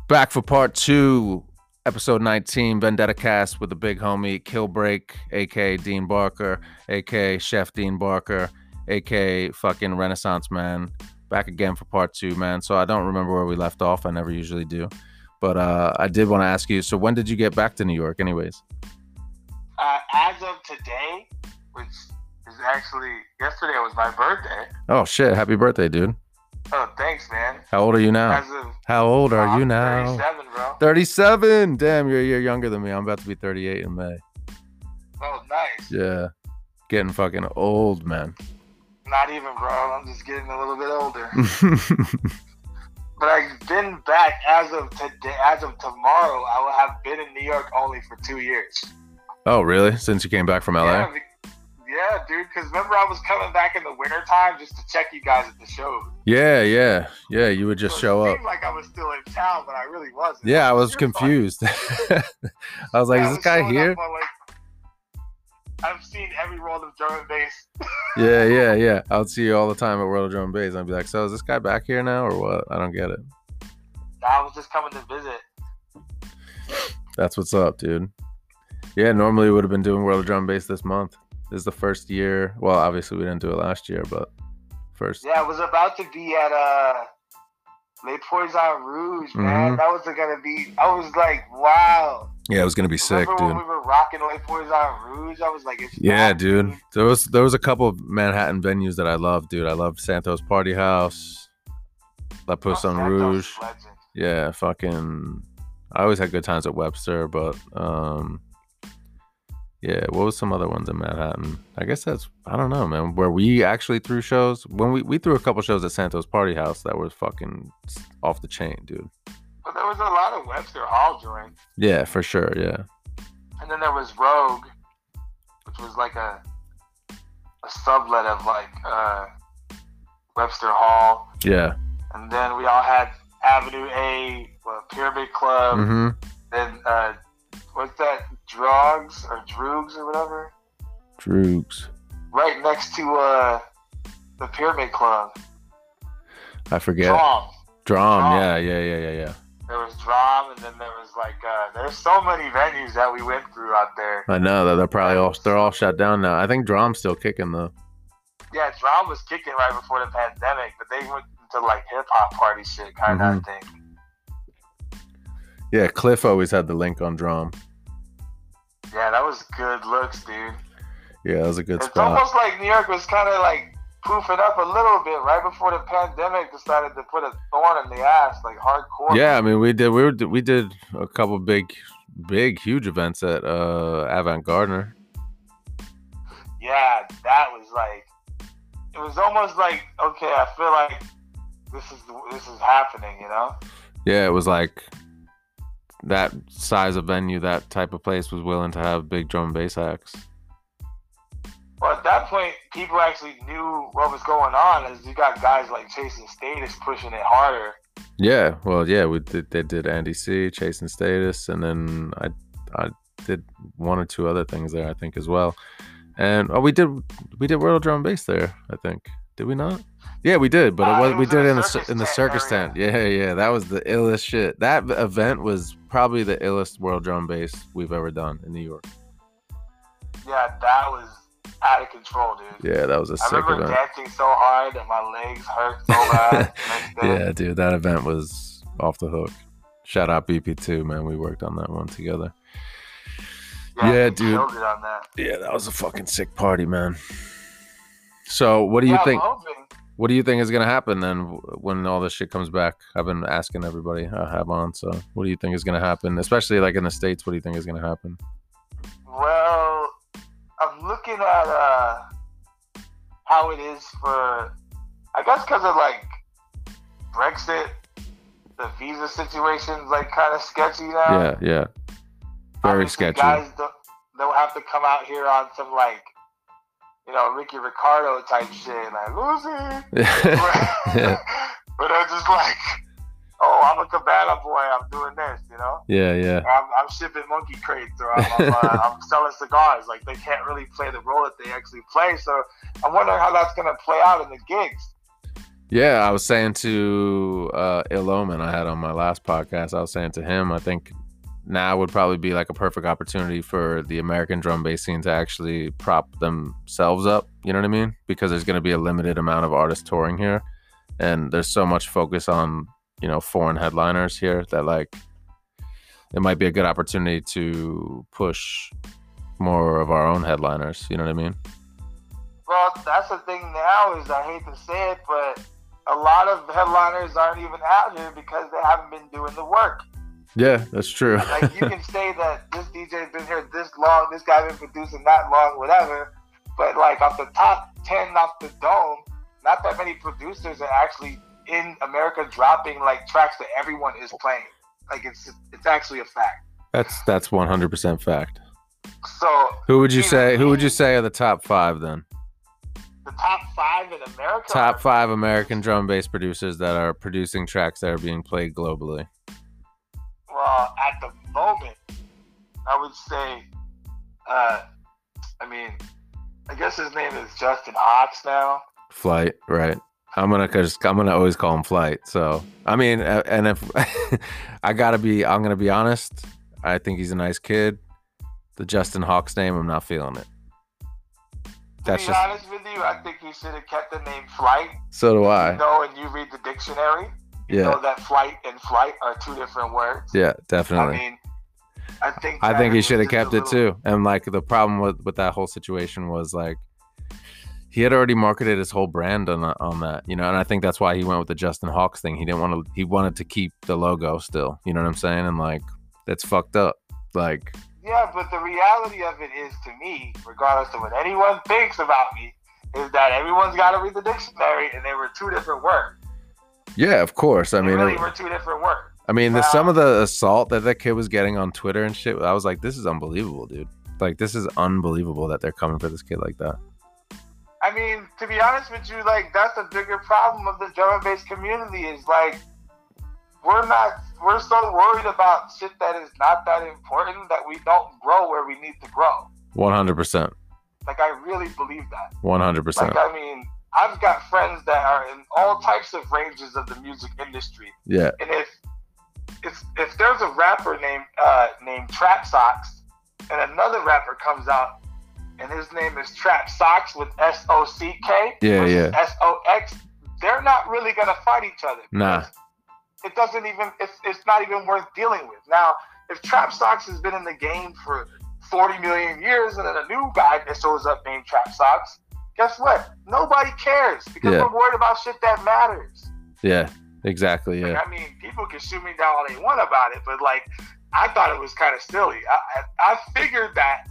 S1: Back for part two, episode 19, Vendetta Cast with the big homie Kill Break, aka Dean Barker, aka Chef Dean Barker, aka fucking Renaissance Man. Back again for part two, man. So I don't remember where we left off. I never usually do. But uh, I did want to ask you so when did you get back to New York, anyways?
S2: Uh, as of today, which is actually yesterday was my birthday.
S1: Oh, shit. Happy birthday, dude.
S2: Oh, thanks, man.
S1: How old are you now?
S2: As of
S1: How old Oh. are you
S2: I'm
S1: now?
S2: 37, bro.
S1: 37. Damn, you're a year younger than me. I'm about to be 38 in May.
S2: Oh, nice.
S1: Yeah. Getting fucking old, man.
S2: Not even, bro. I'm just getting a little bit older.
S1: Mm.
S2: But I've been back as of today. As of tomorrow, I will have been in New York only for two years.
S1: oh, really? Since you came back from LA?
S2: Yeah, be- yeah dude. Because remember, I was coming back in the wintertime just to check you guys at the show.
S1: Yeah, yeah, yeah. You would just show
S2: it
S1: up.
S2: Seemed like I was still in town, but I really wasn't.
S1: Yeah, I was
S2: You're
S1: confused. I was like,
S2: Yeah, I
S1: is
S2: was
S1: this guy
S2: showing up
S1: here?
S2: on, like- I've seen every roll of drum and bass.
S1: Yeah, yeah, yeah. I would see you all the time at World of Drum and Bass. and I'd be like, so is this guy back here now or what? I don't get it.
S2: I was just coming to visit.
S1: That's what's up, dude. Yeah, normally we would have been doing World of Drum and Bass this month. This is the first year. Well, obviously we didn't do it last year, but first.
S2: Yeah, I was about to be at uh Les Poisons Rouge, man.
S1: Mhm.
S2: That was gonna be. I was like, wow.
S1: Yeah, it was gonna be sick,
S2: Remember
S1: dude.
S2: when we were rocking Les Poisons Rouge? I was like, it's
S1: Yeah,
S2: not,
S1: dude. There was there was a couple of Manhattan venues that I loved, dude. I loved Santos Party House, La
S2: Oh,
S1: Pousse en
S2: Santos
S1: Rouge.
S2: is legend.
S1: Yeah, fucking. I always had good times at Webster, but um, Yeah, what was some other ones in Manhattan? I guess that's I don't know, man. Where we actually threw shows when we we threw a couple shows at Santos Party House that were fucking off the chain, dude.
S2: But there was a lot of Webster Hall joints,
S1: Yeah, for sure. Yeah,
S2: and then there was Rogue, which was like a a sublet of like uh, Webster Hall,
S1: yeah.
S2: and then we all had Avenue A, uh, Pyramid Club,
S1: hmm
S2: then uh, what's that? Drugs or Droogs or whatever.
S1: Droogs.
S2: Right next to uh, the Pyramid Club.
S1: I forget. Drom.
S2: Strong. Drom.
S1: Yeah, yeah, yeah, yeah, yeah.
S2: There was Drom, and then there was like uh, there's so many venues that we went through out there.
S1: I know that they're probably all they're all shut down now. I think Drom's still kicking though.
S2: Yeah, Drom was kicking right before the pandemic, but they went into like hip hop party shit kind
S1: Mhm.
S2: of thing.
S1: Yeah, Cliff always had the link on Drom.
S2: Yeah, that was good looks, dude.
S1: Yeah, that was a good
S2: It's
S1: spot.
S2: almost like New York was kind of like poofing up a little bit right before the pandemic decided to put a thorn in the ass, like hardcore.
S1: Yeah, I mean we did we were we did a couple big, big huge events at uh Avant Gardner.
S2: yeah, that was like it was almost like okay, I feel like this is this is happening, you know?
S1: Yeah, it was like that size of venue, that type of place was willing to have big drum and bass acts.
S2: Well, at that point, people actually knew what was going on. As you got guys like Jason Status pushing it harder.
S1: Yeah, well, yeah, we did, they did Andy C, Chasing Status, and then I I did one or two other things there, I think as well. And oh, we did we did World Drum and Bass there, I think. Did we not? Yeah, we did, but
S2: Uh,
S1: it was,
S2: it
S1: we
S2: was in
S1: did it
S2: the
S1: in the
S2: circus
S1: cir- in the
S2: tent oh,
S1: circus
S2: area.
S1: tent. Yeah, yeah, that was the illest shit. That event was probably the illest World Drum and Bass we've ever done in New York.
S2: Yeah, that was out of control, dude.
S1: Yeah, that was a
S2: I
S1: sick
S2: remember
S1: event.
S2: dancing so hard that my legs hurt so bad. the next day.
S1: Yeah, dude, that event was off the hook. Shout out BP2, man. We worked on that one together. Yeah,
S2: we
S1: dude.
S2: killed it on that.
S1: Yeah, that was a fucking sick party, man. So, what do you
S2: Yeah, I'm
S1: think?
S2: hoping-
S1: What do you think is gonna happen then w- when all this shit comes back? I've been asking everybody I have on. So, what do you think is gonna happen? Especially like in the states, what do you think is gonna happen?
S2: Well, I'm looking at uh, how it is for, I guess, because of like Brexit, the visa situation's like kind of sketchy now.
S1: yeah, yeah, very
S2: Obviously,
S1: sketchy.
S2: Guys don't, don't have to come out here on some like, you know, Ricky Ricardo type shit, like Lucy.
S1: yeah,
S2: but I'm just like, oh, I'm a cabana boy. I'm doing this, you know.
S1: yeah, yeah.
S2: I'm, I'm shipping monkey crates or I'm, I'm, uh, I'm selling cigars. Like they can't really play the role that they actually play. So I'm wondering how that's gonna play out in the gigs.
S1: Yeah, I was saying to uh, Iloman, I had on my last podcast, I was saying to him, I think now would probably be like a perfect opportunity for the American drum bass scene to actually prop themselves up. You know what I mean? Because there's going to be a limited amount of artists touring here. And there's so much focus on, you know, foreign headliners here that like it might be a good opportunity to push more of our own headliners. You know what I mean?
S2: Well, that's the thing now is I hate to say it, but a lot of headliners aren't even out here because they haven't been doing the work.
S1: Yeah, that's true.
S2: Like you can say that this DJ's been here this long, this guy been producing that long, whatever. But like off the top ten off the dome, not that many producers are actually in America dropping like tracks that everyone is playing. Like it's it's actually a fact.
S1: that's that's 100% fact.
S2: So
S1: Who would you say? Who would you say are the top five then?
S2: the top five in America.
S1: Top five American drum and bass producers that are producing tracks that are being played globally.
S2: Well, at the moment, I would say, uh, I mean, I guess his name is Justin Hawks now.
S1: Flight, right? I'm gonna just I'm gonna always call him Flight. So I mean, uh, and if I gotta be, I'm gonna be honest. I think he's a nice kid. The Justin Hawks name, I'm not feeling it. That's
S2: to be
S1: just
S2: honest with you, I think you should have kept the name Flight.
S1: so do
S2: You
S1: I.
S2: know, and you read the dictionary, you
S1: Yeah,
S2: know that flight and flight are two different words.
S1: yeah,
S2: I
S1: definitely.
S2: mean, I think
S1: I
S2: that
S1: think he
S2: was
S1: should have
S2: just a
S1: kept it
S2: little-
S1: too. And like the problem with with that whole situation was like he had already marketed his whole brand on that- on that, you know. And I think that's why he went with the Justin Hawks thing. He didn't want to. He wanted to keep the logo still. You know what I'm saying? And like that's fucked up. Like
S2: Yeah, but the reality of it is to me, regardless of what anyone thinks about me, is that everyone's got to read the dictionary, and they were two different words.
S1: Yeah, of course. I
S2: They
S1: mean,
S2: really uh,
S1: it-
S2: were two different words.
S1: I mean, the, some
S2: Wow.
S1: of the assault that that kid was getting on Twitter and shit, I was like, this is unbelievable, dude. Like, this is unbelievable that they're coming for this kid like that.
S2: I mean, to be honest with you, like that's the bigger problem of the drum and bass community is like we're not we're so worried about shit that is not that important that we don't grow where we need to grow.
S1: 100%.
S2: Like I really believe that.
S1: 100%.
S2: Like uh, I mean, I've got friends that are in all types of ranges of the music industry,
S1: yeah.
S2: and if if if there's a rapper named uh, named Trap Socks, and another rapper comes out, and his name is Trap Socks with S O C K,
S1: Yeah, yeah.
S2: S O X, they're not really gonna fight each other.
S1: Nah.
S2: because it doesn't even it's it's not even worth dealing with. Now, if Trap Socks has been in the game for forty million years, and then a new guy that shows up named Trap Socks. Guess what? Nobody cares because
S1: Yeah.
S2: we're worried about shit that matters.
S1: Yeah. Exactly. Yeah.
S2: Like, I mean, people can shoot me down all they want about it, but like, I thought it was kind of silly. I, I, I figured that,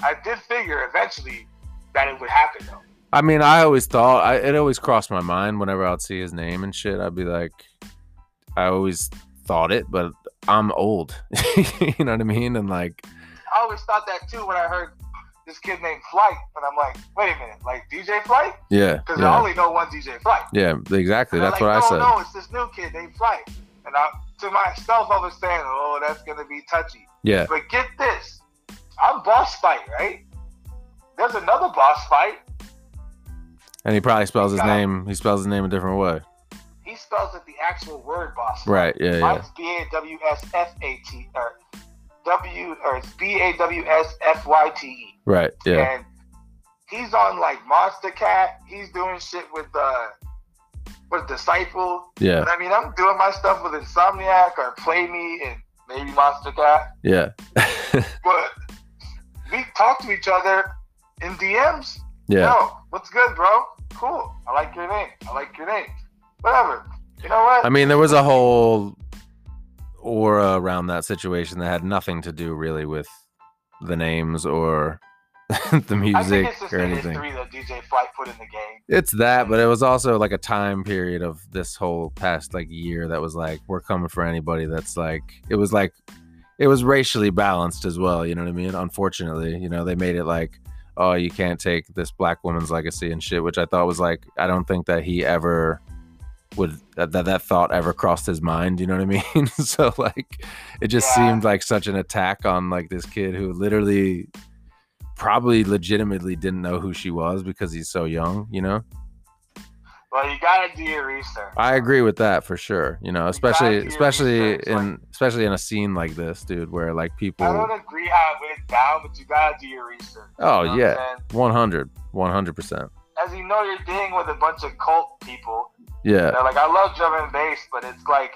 S2: I did figure eventually that it would happen though.
S1: I mean, I always thought I, it always crossed my mind whenever I'd see his name and shit. I'd be like, I always thought it, but I'm old. you know what I mean? And like,
S2: I always thought that too when I heard this kid named Flight, and I'm like, wait a minute, like DJ Flight?
S1: yeah,
S2: Because I
S1: yeah,
S2: only know one DJ Flight.
S1: yeah, exactly.
S2: And I'm
S1: That's
S2: like,
S1: what I
S2: no,
S1: said.
S2: No, it's this new kid named Flight, and I to myself I was saying, oh, that's gonna be touchy.
S1: Yeah,
S2: But get this, I'm boss fight, right? There's another boss fight.
S1: and he probably spells his
S2: Got it.
S1: name. He spells his name a different way.
S2: He spells it the actual word boss.
S1: Right? Yeah, yeah,
S2: Mine's B A W S F A T or W or it's B A W S F Y T E.
S1: right. Yeah,
S2: And he's on like Monster Cat. He's doing shit with uh with Disciple.
S1: yeah,
S2: And I mean I'm doing my stuff with Insomniac or Play Me and maybe Monster Cat.
S1: yeah,
S2: But we talk to each other in DMs.
S1: yeah.
S2: Yo, what's good, bro? Cool. I like your name. I like your name. Whatever. You know what?
S1: I mean, there was a whole aura around that situation that had nothing to do really with the names or the
S2: I think
S1: music
S2: it's just
S1: or
S2: the
S1: anything.
S2: history that DJ Flight put in the game.
S1: It's that, but it was also like a time period of this whole past like year that was like we're coming for anybody that's like it was like it was racially balanced as well, you know what I mean? Unfortunately, you know, they made it like oh, you can't take this black woman's legacy and shit, which I thought was like I don't think that he ever would that that, that thought ever crossed his mind, you know what I mean? so like it just
S2: Yeah.
S1: seemed like such an attack on like this kid who literally probably legitimately didn't know who she was because he's so young, you know?
S2: Well, you gotta do your research.
S1: I agree with that for sure. You know,
S2: gotta
S1: especially
S2: do your
S1: especially
S2: research, like-
S1: in especially in a scene like this, dude, where like
S2: I
S1: people
S2: don't agree how it went down, but you gotta do your research.
S1: Oh
S2: You know what
S1: yeah.
S2: I'm saying?
S1: 100 100%.
S2: As you know, you're dealing with a bunch of cult people.
S1: Yeah.
S2: They're like, I love drum and bass, but it's like,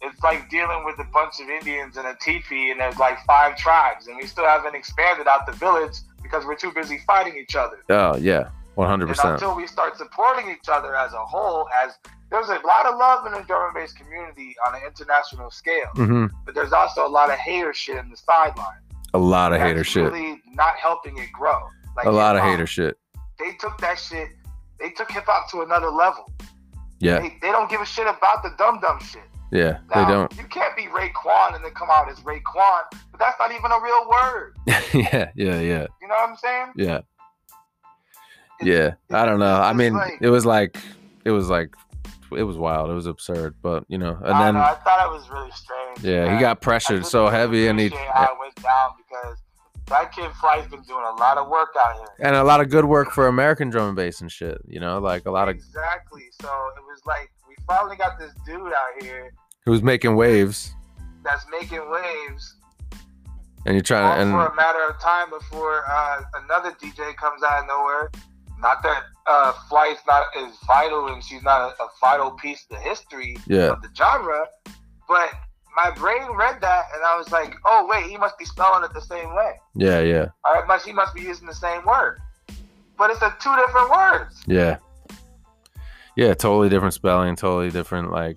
S2: it's like dealing with a bunch of Indians in a teepee, and there's like five tribes, and we still haven't expanded out the village because we're too busy fighting each other.
S1: Oh yeah. 100%.
S2: And until we start supporting each other as a whole, as there's a lot of love in the drum and bass community on an international scale,
S1: hmm
S2: but there's also a lot of hater shit in the sideline.
S1: A lot of
S2: that's
S1: hater shit.
S2: Really not helping it grow. Like
S1: A lot of
S2: hip-hop,
S1: hater shit.
S2: They took that shit. They took hip hop to another level.
S1: Yeah.
S2: They, they don't give a shit about the dumb dumb shit.
S1: Yeah. They
S2: Now,
S1: don't.
S2: You can't be Ray Kwan and then come out as Ray Kwan, but that's not even a real word.
S1: yeah. Yeah. Yeah.
S2: You know what I'm saying?
S1: Yeah.
S2: It's-
S1: Yeah. I don't know.
S2: it's
S1: I
S2: just
S1: mean,
S2: like-
S1: it was like it was like it was wild. It was absurd, but you know,
S2: I
S1: and
S2: don't know,
S1: then
S2: I thought it was really strange.
S1: yeah, he
S2: man.
S1: got
S2: I
S1: pressured
S2: just
S1: so
S2: really
S1: heavy and he
S2: appreciate how it went down because that kid Fly's been doing a lot of work out here.
S1: and a lot of good work for American drum and bass and shit. You know, like a lot of
S2: exactly. So it was like we finally got this dude out here
S1: who's making waves,
S2: that's making waves
S1: Uh, and you're
S2: all
S1: trying
S2: for
S1: to
S2: a matter of time before uh, another DJ comes out of nowhere. Not that uh, Flight's not is vital and she's not a, a vital piece to history
S1: and yeah,
S2: of the genre, but my brain read that and I was like, oh wait, he must be spelling it the same way.
S1: yeah, yeah,
S2: Or it must, he must be using the same word. But it's a two different words.
S1: yeah, yeah. Totally different spelling, totally different like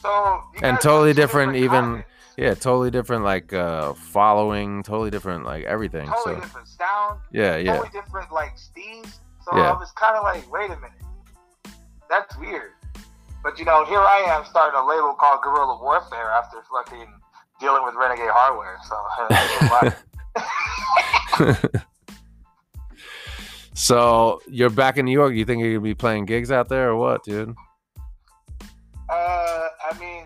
S2: So you
S1: And
S2: guys
S1: totally
S2: have two
S1: different even-
S2: continents.
S1: Yeah, totally different like uh following, totally different like everything.
S2: Totally
S1: so
S2: different sound,
S1: yeah, yeah.
S2: totally different like steez. So
S1: Yeah.
S2: I was kind of like, wait a minute, that's weird. But you know, here I am starting a label called Guerrilla Warfare after fucking dealing with Renegade Hardware. So uh,
S1: so you're back in New York. You think you're gonna be playing gigs out there or what, dude?
S2: Uh, I mean,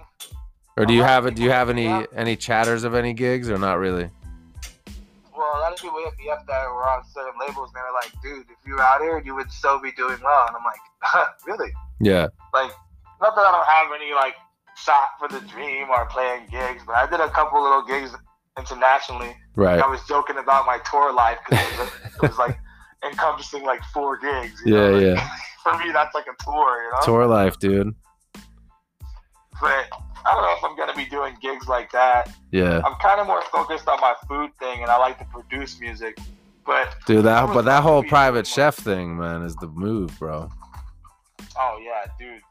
S1: Or do you
S2: Uh-huh.
S1: have it? Do you have any
S2: Yeah.
S1: any chatters of any gigs or not really?
S2: well, a lot of people hit me up that were on certain labels, and they were like, "Dude, if you were out here, you would still be doing well." And I'm like, "Really?"
S1: Yeah,
S2: like not that I don't have any like shot for the dream or playing gigs, but I did a couple little gigs internationally.
S1: right.
S2: I was joking about my tour life because it, was- it was like encompassing like four gigs. you
S1: Yeah,
S2: know? Like,
S1: yeah.
S2: For me, that's like a tour, you know.
S1: Tour life, dude.
S2: But I don't know if I'm gonna be doing gigs like that.
S1: Yeah,
S2: I'm kind of more focused on my food thing, and I like to produce music. But
S1: dude. That but that whole
S2: Yeah.
S1: private chef thing, man, is the move, bro.
S2: oh yeah, dude.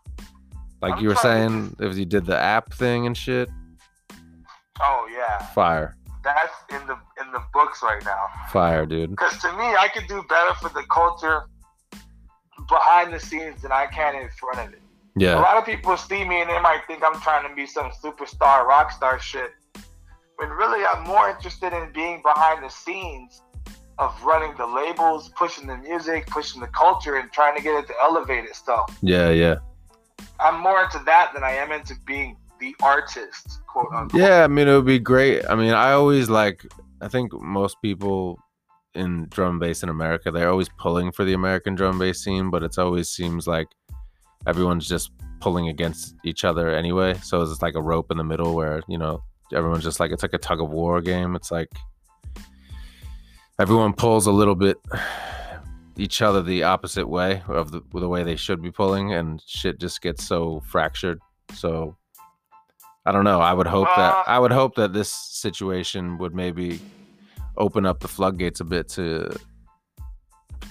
S1: Like
S2: I'm
S1: you were
S2: trying to
S1: saying, if you did the app thing and shit,
S2: Oh yeah,
S1: fire,
S2: that's in the in the books right now.
S1: fire, dude.
S2: Because to me, I could do better for the culture behind the scenes than I can in front of it. A
S1: Yeah,
S2: lot of people see me and they might think I'm trying to be some superstar rock star shit. When really, I'm more interested in being behind the scenes of running the labels, pushing the music, pushing the culture, and trying to get it to elevate itself.
S1: yeah, yeah,
S2: I'm more into that than I am into being the artist, quote unquote.
S1: yeah. I mean, it would be great. I mean, I always like. I think most people in drum and bass in America, they're always pulling for the American drum and bass scene, but it's always seems like everyone's just pulling against each other anyway. So it's just like a rope in the middle where, you know, everyone's just like it's like a tug of war game. It's like everyone pulls a little bit each other the opposite way of the, the way they should be pulling and shit just gets so fractured. So I don't know. I would hope
S2: Well-
S1: that I would hope that this situation would maybe open up the floodgates a bit to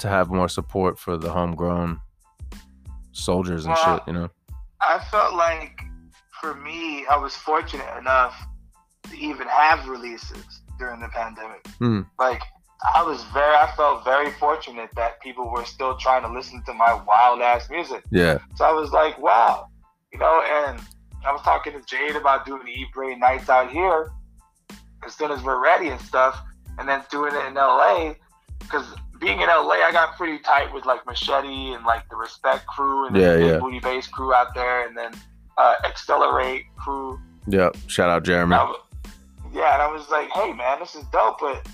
S1: to have more support for the homegrown soldiers and
S2: Well,
S1: shit, you know.
S2: I felt like for me, I was fortunate enough to even have releases during the pandemic.
S1: Hmm.
S2: Like I was very, I felt very fortunate that people were still trying to listen to my wild ass music.
S1: Yeah.
S2: So I was like, wow, you know. And I was talking to Jade about doing the E-Brain nights out here as soon as we're ready and stuff, and then doing it in LA because. Being in LA, I got pretty tight with like Machete and like the Respect crew and
S1: Yeah,
S2: the Big
S1: yeah.
S2: Booty Bass crew out there, and then uh, Accelerate crew.
S1: Yeah. Shout out Jeremy.
S2: I wa- yeah, and I was like, hey man, this is dope, but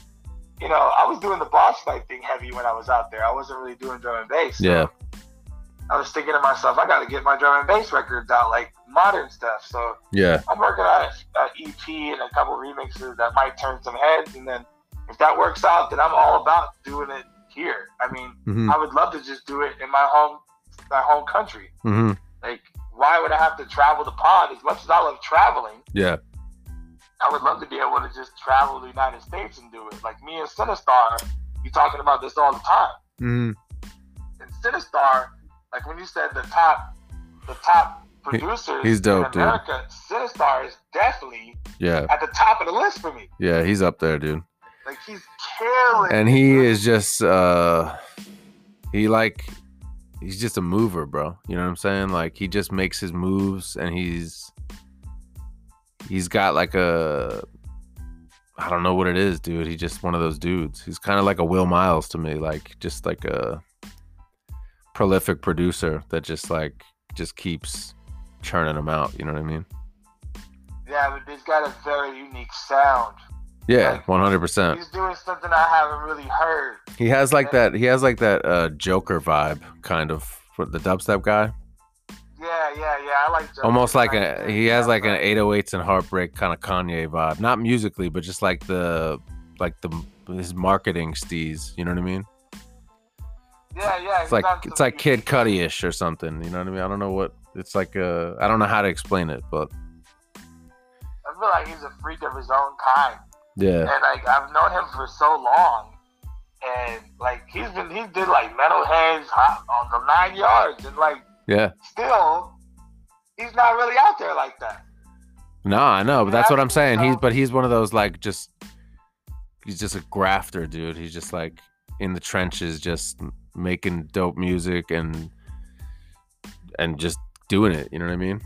S2: you know, I was doing the boss fight thing heavy when I was out there. I wasn't really doing drum and bass. so
S1: Yeah.
S2: I was thinking to myself, I got to get my drum and bass records out, like modern stuff. So
S1: Yeah.
S2: I'm working on an EP and a couple remixes that might turn some heads, and then if that works out, then I'm all about doing it here. I mean,
S1: hmm
S2: I would love to just do it in my home, my home country.
S1: hmm
S2: Like, why would I have to travel the pod? As much as I love traveling.
S1: Yeah.
S2: I would love to be able to just travel the United States and do it. Like me and Sinistar, you talking about this all the time.
S1: hmm
S2: And Sinistar, like when you said the top, the top producers
S1: he's dope,
S2: in
S1: dude.
S2: America, Sinistar is definitely
S1: Yeah.
S2: at the top of the list for me.
S1: Yeah. He's up there, dude.
S2: Like he's killing.
S1: And he is just uh he like he's just a mover, bro. You know what I'm saying? Like he just makes his moves and he's he's got like a I don't know what it is, dude. He's just one of those dudes. He's kind of like a Will Miles to me, like just like a prolific producer that just like just keeps churning them out, you know what I mean?
S2: yeah, but he's got a very unique sound.
S1: Yeah,
S2: Like,
S1: 100%.
S2: He's doing something I haven't really heard.
S1: He has like that. He has like that uh, Joker vibe, kind of for the dubstep guy.
S2: Yeah, yeah, yeah. I like. Justin
S1: Almost like
S2: Timberlake.
S1: a he has like an
S2: Yeah,
S1: 808s and heartbreak kind of Kanye vibe. Not musically, but just like the like the his marketing steez. You know what I mean?
S2: Yeah, yeah.
S1: It's like it's like Kid Cudi ish or something. You know what I mean? I don't know what it's like. Uh, I don't know how to explain it, but
S2: I feel like he's a freak of his own kind.
S1: yeah,
S2: and like I've known him for so long, and like he's been he did like metal heads hot on the nine yards, and like
S1: yeah.
S2: still he's not really out there like that.
S1: No, I know, but
S2: Yeah,
S1: that's
S2: I
S1: what I'm saying. He's
S2: so.
S1: but he's one of those like just he's just a grafter, dude. He's just like in the trenches, just making dope music and and just doing it. You know what I mean?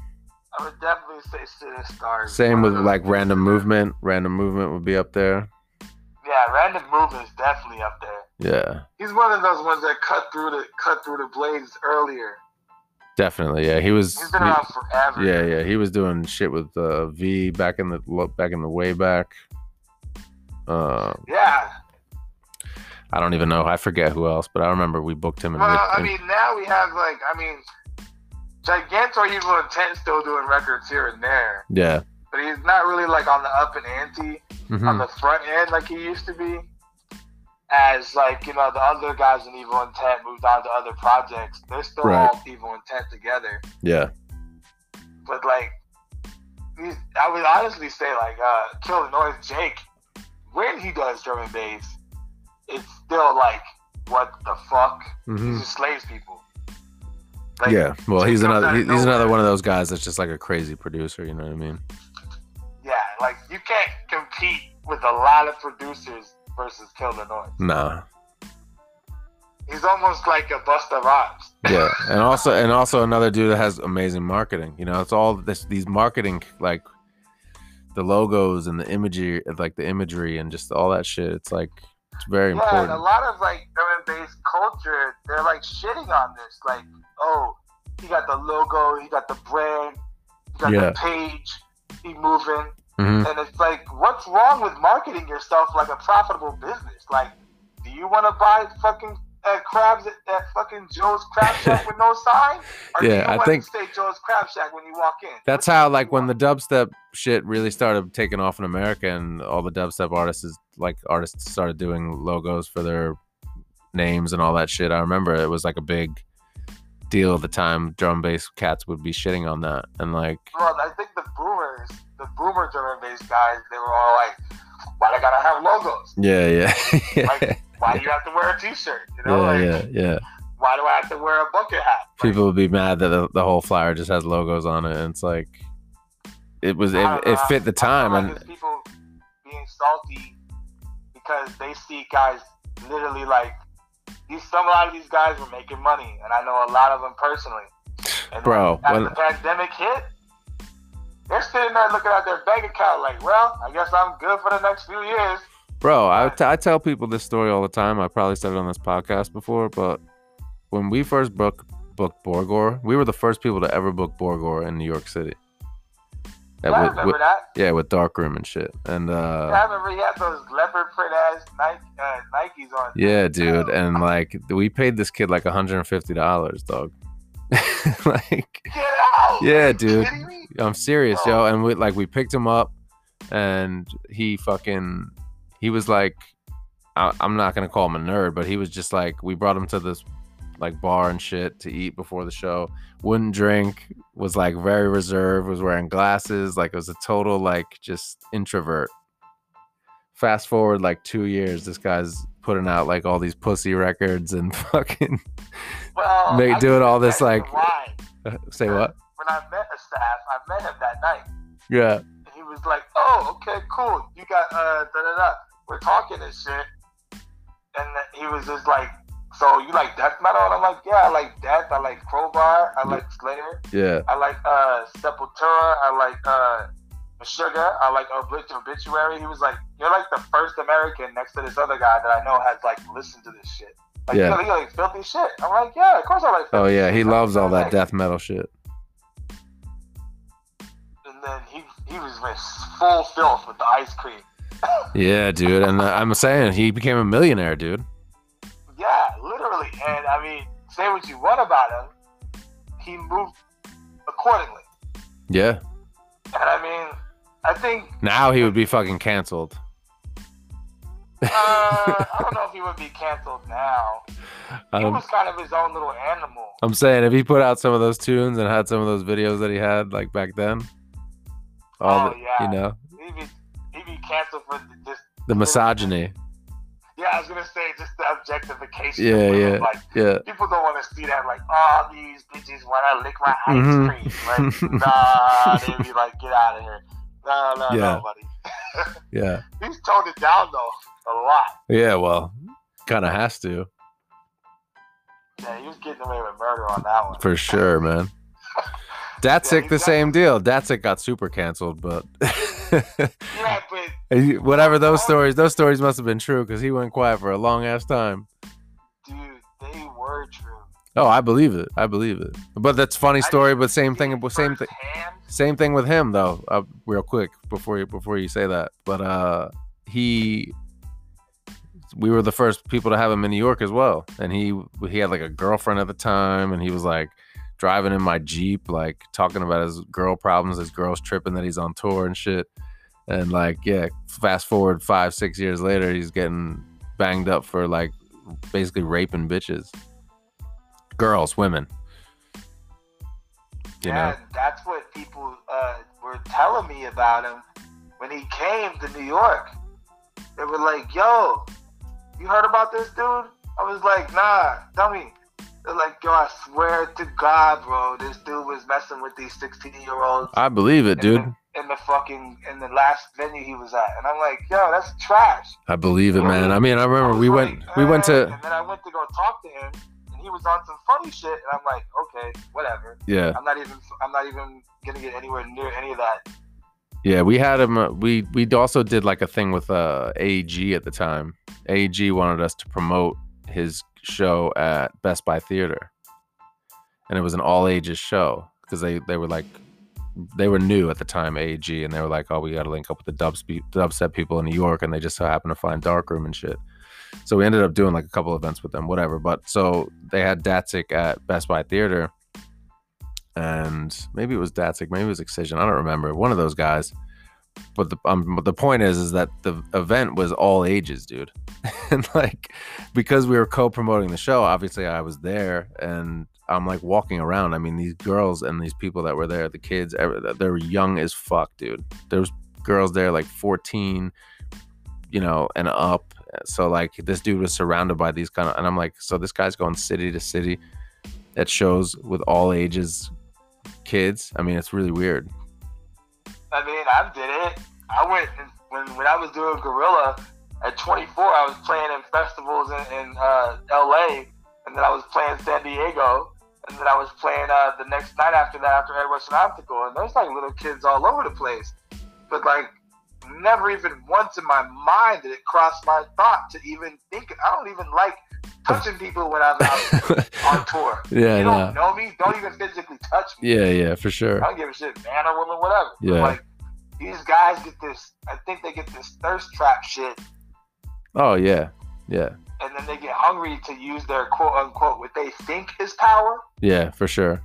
S2: I would definitely say Sitting Stars.
S1: Same with like random movement. Random movement would be up there.
S2: Yeah, Random Movement is definitely up there.
S1: Yeah,
S2: He's one of those ones that cut through the cut through the blades earlier.
S1: definitely. Yeah, he was.
S2: He's been
S1: he-
S2: around forever.
S1: yeah, yeah, he was doing shit with uh, V back in the lo- back in the way back. Uh,
S2: Yeah.
S1: I don't even know. I forget who else, but I remember we booked him. And
S2: Well,
S1: Rick-
S2: Uh, I mean, now we have like, I mean, Gigantor Evil Intent still doing records here and there,
S1: yeah.
S2: but he's not really like on the up and ante,
S1: Mhm.
S2: on the front end like he used to be. As like you know, the other guys in Evil Intent moved on to other projects. They're still
S1: Right.
S2: all Evil Intent together,
S1: Yeah.
S2: but like, he's, I would honestly say like, uh, Kill the Noise Jake, when he does drum and bass, it's still like, what the fuck? He
S1: hmm
S2: just slays people.
S1: yeah. Well,
S2: just
S1: he's
S2: comes
S1: another
S2: out
S1: he-
S2: of
S1: he's another
S2: nowhere.
S1: one of those guys that's just like a crazy producer. You know what I mean?
S2: Yeah, like you can't compete with a lot of producers versus Kill the Noise.
S1: Nah.
S2: He's almost like a Busta Rhymes.
S1: Yeah. and also and also another dude that has amazing marketing. You know, it's all this these marketing like the logos and the imagery, like the imagery and just all that shit. It's like it's very
S2: Yeah, and a
S1: important.
S2: lot of like urban based culture, they're like shitting on this. Like, oh, he got the logo, he got the brand, he got
S1: Yeah.
S2: the page, he moving.
S1: Mhm.
S2: And it's like, what's wrong with marketing yourself like a profitable business? Like, do you want to buy fucking uh, crabs at, at fucking Joe's Crab Shack with no sign? Or do
S1: Yeah,
S2: you
S1: I
S2: want
S1: think-
S2: to say Joe's Crab Shack when you walk in?
S1: That's
S2: Which
S1: how
S2: one do
S1: like
S2: you
S1: when the
S2: want?
S1: dubstep shit really started taking off in America and all the dubstep artists is like artists started doing logos for their names and all that shit. I remember it was like a big deal at the time. Drum bass cats would be shitting on that and like
S2: Well, I think the boomers, the boomer drum and bass guys, they were all like, why they gotta have logos?
S1: yeah yeah yeah
S2: Like, why do you have to wear a t shirt? You know,
S1: yeah
S2: like,
S1: yeah yeah.
S2: why do I have to wear a bucket hat? Like,
S1: People would be mad that the, the whole flyer just has logos on it and it's like it was
S2: I
S1: it,
S2: don't
S1: it
S2: know.
S1: fit the
S2: I
S1: time
S2: feel like
S1: and
S2: it's people being salty because they see guys literally like these. Some a lot of these guys were making money, and I know a lot of them personally. And
S1: Bro,
S2: after
S1: when-
S2: the pandemic hit, they're sitting there looking at their bank account like, well, I guess I'm good for the next few years.
S1: Bro, I, t- I tell people this story all the time. I probably said it on this podcast before, but when we first book, booked Borgor, we were the first people to ever book Borgor in New York City.
S2: Yeah,
S1: That
S2: I
S1: with-
S2: remember
S1: with-
S2: that.
S1: yeah, with dark room and shit. And uh,
S2: I remember he had those leopard print ass Nike, uh, Nikes on.
S1: yeah, dude. And like, we paid this kid like $150, dog. like,
S2: Get out!
S1: Yeah,
S2: Are you
S1: dude.
S2: kidding me?
S1: I'm serious, yo. And we like we picked him up, and he fucking he was like, I, I'm not gonna call him a nerd, but he was just like, we brought him to this like bar and shit to eat before the show. Wouldn't drink. Was like very reserved. Was wearing glasses. Like it was a total like just introvert. Fast forward like two years, this guy's putting out like all these pussy records and fucking
S2: Well,
S1: They
S2: Oh, I
S1: doing
S2: can
S1: all this,
S2: attest
S1: like-
S2: to why.
S1: say what?
S2: When I met Asaf, I met him that night.
S1: Yeah,
S2: And he was like, "Oh, okay, cool. You got uh, da da da. We're talking and shit." And th- he was just like, "So you like death metal?" And I'm like, "Yeah, I like death. I like Crowbar. I like Slayer.
S1: yeah,
S2: I like uh, Sepultura. I like uh, Sugar. I like Oblit- Obituary." He was like, "You're like the first American next to this other guy that I know has like listened to this shit." Like,
S1: Yeah.
S2: yeah. you like filthy shit. I'm like, yeah, of course I like.
S1: oh
S2: filthy
S1: yeah.
S2: shit.
S1: He
S2: That's
S1: loves
S2: what I
S1: all that
S2: like."
S1: death metal shit.
S2: And then he he was with full filth with the ice cream.
S1: Yeah, dude, and uh, I'm saying he became a millionaire, dude.
S2: Yeah, literally. And I mean, say what you want about him, he moved accordingly.
S1: Yeah.
S2: And I mean, I think
S1: Now he would be fucking canceled.
S2: uh, I don't know if he would be canceled now. He
S1: Um,
S2: was kind of his own little animal.
S1: I'm saying if he put out some of those tunes and had some of those videos that he had like back then, all
S2: Oh,
S1: the,
S2: yeah.
S1: um, you know,
S2: He'd be he'd be canceled for the, just
S1: the misogyny.
S2: yeah. I was gonna say just the objectification.
S1: Yeah,
S2: of women.
S1: yeah.
S2: Like
S1: Yeah.
S2: people don't want to see that. Like, oh, these bitches want to lick my ice
S1: Mhm.
S2: cream. Like, nah, they be like, get out of here. No, no,
S1: Yeah.
S2: no, buddy.
S1: Yeah.
S2: He's toned it down though a lot.
S1: Yeah. Well, kind of has to
S2: Yeah, he was getting away with murder on that one.
S1: for sure, man. Datsik, the same deal. Datsik got super canceled, but
S2: Yeah, but
S1: whatever those stories, those stories must have been true because he went quiet for a long ass time.
S2: dude, they were true.
S1: Oh, I believe it. I believe it. But that's funny story. But same thing.
S2: Dude,
S1: Same thing.
S2: firsthand,
S1: Same thing with him though. Uh, real quick before you before you say that, but uh, he we were the first people to have him in New York as well, and he he had like a girlfriend at the time, and he was like driving in my jeep, like talking about his girl problems, his girls tripping that he's on tour and shit, and like yeah, fast forward five six years later, he's getting banged up for like basically raping bitches, girls, women. You
S2: yeah,
S1: know?
S2: that's what people uh, were telling me about him when he came to New York. They were like, "Yo, you heard about this dude?" I was like, "Nah, tell me." They're like, "Yo, I swear to God, bro, this dude was messing with these sixteen-year-olds."
S1: I believe it, dude.
S2: In the fucking in the last venue he was at, and I'm like, yo, that's trash.
S1: I believe it, man. I mean, I
S2: I
S1: remember
S2: was
S1: we went
S2: like,
S1: we went
S2: "Eh,"
S1: to
S2: and then I went to go talk to him, and he was on some funny shit, and I'm like, okay, whatever.
S1: yeah
S2: I'm not even I'm not even gonna get anywhere near any of that.
S1: yeah we had him. uh, We we also did like a thing with uh AG at the time. AG wanted us to promote his show at Best Buy Theater, and it was an all ages show because they they were like they were new at the time AG, and they were like, oh, we got to link up with the dubs pe- dubstep people in New York, and they just so happened to find Darkroom and shit. So we ended up doing like a couple events with them, whatever. But so they had Datsik at Best Buy Theater, and maybe it was Datsik, maybe it was Excision, I don't remember. One of those guys. But the um, but the point is, is that the event was all ages, dude. and like, because we were co-promoting the show, obviously I was there, and I'm like walking around. I mean, these girls and these people that were there, the kids, ev- they were young as fuck, dude. There was girls there like 14, you know, and up. So like, this dude was surrounded by these kind of, and I'm like, so this guy's going city to city at shows with all ages kids. I mean, it's really weird.
S2: I mean, I did it. I went when when I was doing Gorilla at 24. I was playing in festivals in, in uh, LA, and then I was playing San Diego, and then I was playing uh, the next night after that after Ed Russian Optical, and there's like little kids all over the place, but like. Never even once in my mind did it cross my thought to even think. I don't even like touching people when I'm out on tour.
S1: yeah,
S2: you
S1: nah.
S2: don't know me. Don't even physically touch me.
S1: yeah, yeah, for
S2: I
S1: sure.
S2: don't give a shit, man or woman, whatever.
S1: Yeah.
S2: Like these guys get this. I think they get this thirst trap shit,
S1: Oh yeah, yeah,
S2: and then they get hungry to use their quote unquote what they think is power,
S1: yeah, for sure.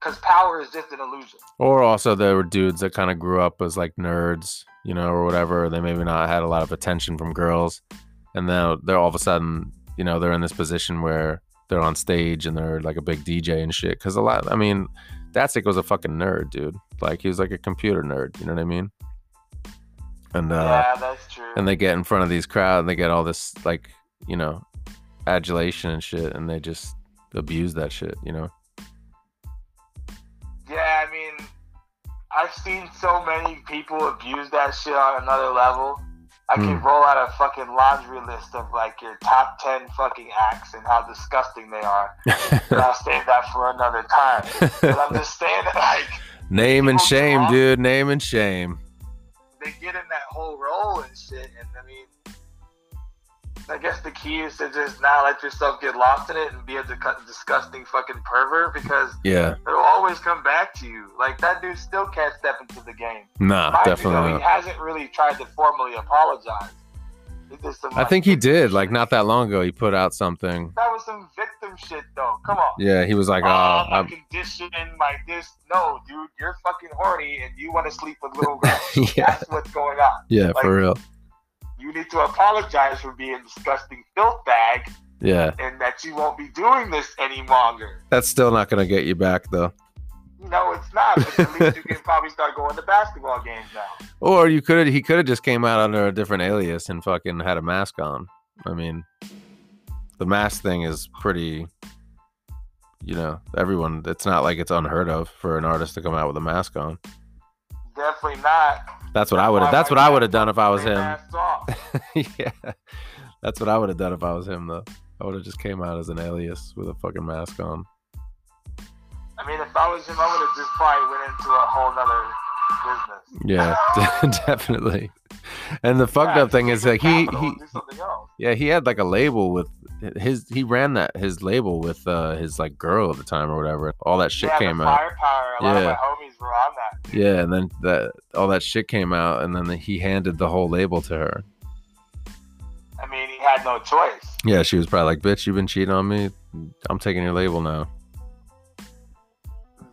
S2: because power is just an illusion.
S1: Or also there were dudes that kind of grew up as like nerds, you know, or whatever. They maybe not had a lot of attention from girls, and then they're all of a sudden, you know, they're in this position where they're on stage and they're like a big DJ and shit. Because a lot, I mean, Datsik was a fucking nerd, dude. Like he was like a computer nerd. You know what I mean? And uh,
S2: yeah, that's true.
S1: and they get in front of these crowd and they get all this like you know adulation and shit and they just abuse that shit you know
S2: yeah, I mean, I've seen so many people abuse that shit on another level. I can
S1: Hmm.
S2: roll out a fucking laundry list of like your top ten fucking acts and how disgusting they are. but I'll save that for another time. But I'm just saying that like.
S1: name and
S2: People
S1: shame
S2: talk.
S1: dude name and shame
S2: they get in that whole role and shit. And I mean, I guess the key is to just not let yourself get lost in it and be a dic- disgusting fucking pervert because
S1: yeah
S2: it'll always come back to you. Like that dude still can't step into the game.
S1: nah
S2: Mind you, though,
S1: definitely
S2: he
S1: not.
S2: hasn't really tried to formally apologize. He did some,
S1: i
S2: like,
S1: think he
S2: victim
S1: did like
S2: shit.
S1: not that long ago he put out something
S2: That was some victim shit though. Come on.
S1: yeah he was like oh,
S2: Oh, my
S1: I'm-
S2: condition, my this. No, dude, you're fucking horny and you want to sleep with little girls.
S1: yeah
S2: That's what's going on.
S1: yeah for real
S2: you need to apologize for being a disgusting filth bag
S1: yeah
S2: and that you won't be doing this any longer.
S1: that's still not gonna get you back though
S2: No, it's not, but at least you can probably start going to basketball games now.
S1: or you could he could have just came out under a different alias and fucking had a mask on i mean the mask thing is pretty you know everyone it's not like it's unheard of for an artist to come out with a mask on
S2: definitely not.
S1: That's what I would have. That's what I would have done if I was
S2: They
S1: him.
S2: masked off.
S1: yeah, that's what I would have done if I was him though. I would have just came out as an alias with a fucking mask on.
S2: I mean, if I was him, I would have just probably went into a whole nother business.
S1: Yeah, definitely. And the fucked
S2: Yeah,
S1: up thing is
S2: just
S1: like
S2: take the
S1: he
S2: capital
S1: he
S2: and do something else.
S1: yeah he had like a label with his he ran that his label with uh his like girl at the time or whatever. All that shit
S2: yeah,
S1: came
S2: the
S1: out.
S2: Firepower. A lot of
S1: Yeah.
S2: my homies were on that.
S1: Yeah, and then that all that shit came out, and then he handed the whole label to her.
S2: I mean, he had no choice.
S1: Yeah, she was probably like, "Bitch, you've been cheating on me. I'm taking your label now."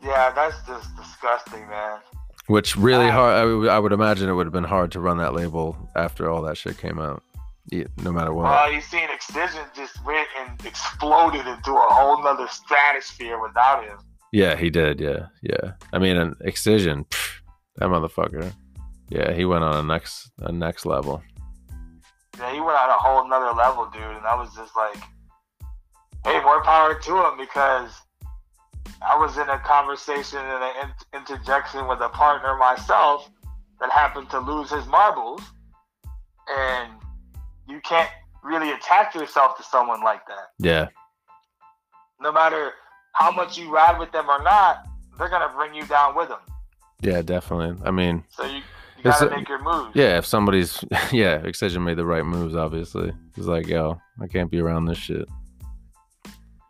S2: Yeah, that's just disgusting, man.
S1: Which really
S2: Ah.
S1: hard. I, would- I would imagine it would have been hard to run that label after all that shit came out. Yeah, no matter what.
S2: Well, Uh, you seen Excision just went and exploded into a whole nother stratosphere without him.
S1: yeah, he did. Yeah, yeah. I mean, an excision. pff, that motherfucker. Yeah, he went on a next a next level.
S2: Yeah, he went on a whole nother level, dude, and I was just like, hey, more power to him because I was in a conversation and an in- interjection with a partner myself that happened to lose his marbles, and you can't really attach yourself to someone like that.
S1: Yeah,
S2: No matter how much you ride with them or not, they're gonna bring you down with them.
S1: yeah, definitely. I mean,
S2: So you, you
S1: It's
S2: gotta
S1: a-
S2: make your moves.
S1: yeah, if somebody's yeah, excision made the right moves. Obviously, he's like, yo, I can't be around this shit.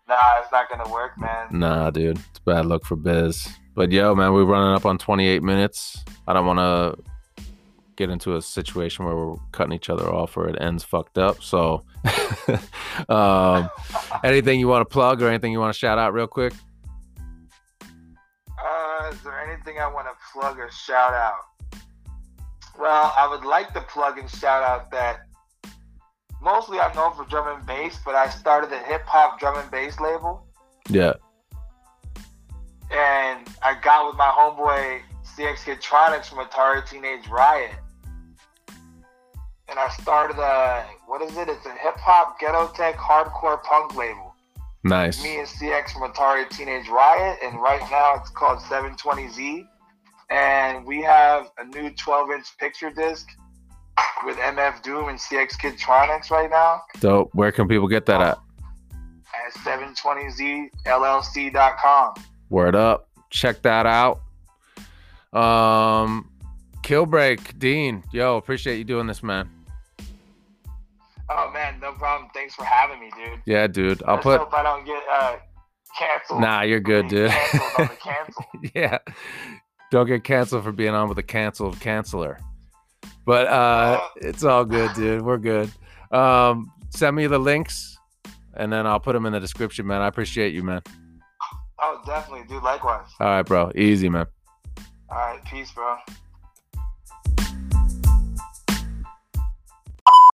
S2: Nah, it's not gonna work, man.
S1: Nah, dude, it's bad luck for Biz. But yo, man, we're running up on 28 minutes. I don't want to get into a situation where we're cutting each other off or it ends fucked up. So, um, anything you want to plug or anything you want to shout out real quick?
S2: Uh, is there anything I want to plug or shout out? Well, I would like to plug and shout out that mostly I'm known for drum and bass, but I started a hip hop drum and bass label,
S1: Yeah,
S2: and I got with my homeboy CX Kidtronics from Atari Teenage Riot. And I started a, what is it? It's a hip hop, ghetto tech, hardcore punk label.
S1: nice.
S2: me and CX from Atari Teenage Riot, and right now it's called 720Z. And we have a new 12 inch picture disc with MF Doom and CX Kidtronics right now
S1: Dope. Where can people get that at?
S2: at 720ZLLC.com.
S1: Word up. Check that out. Um, Kill Break, Dean. Yo, appreciate you doing this, man.
S2: Oh man, no problem. Thanks for having me, dude.
S1: Yeah, dude. I'll
S2: Let's
S1: put.
S2: hope I don't get uh, canceled.
S1: Nah, you're good, dude.
S2: Canceled on the cancel.
S1: yeah. Don't get canceled for being on with a canceled canceler. But uh it's all good, dude. We're good. Um send me the links and then I'll put them in the description, man. I appreciate you, man.
S2: Oh, definitely, dude. Likewise.
S1: All right, bro. Easy, man.
S2: All right, peace, bro.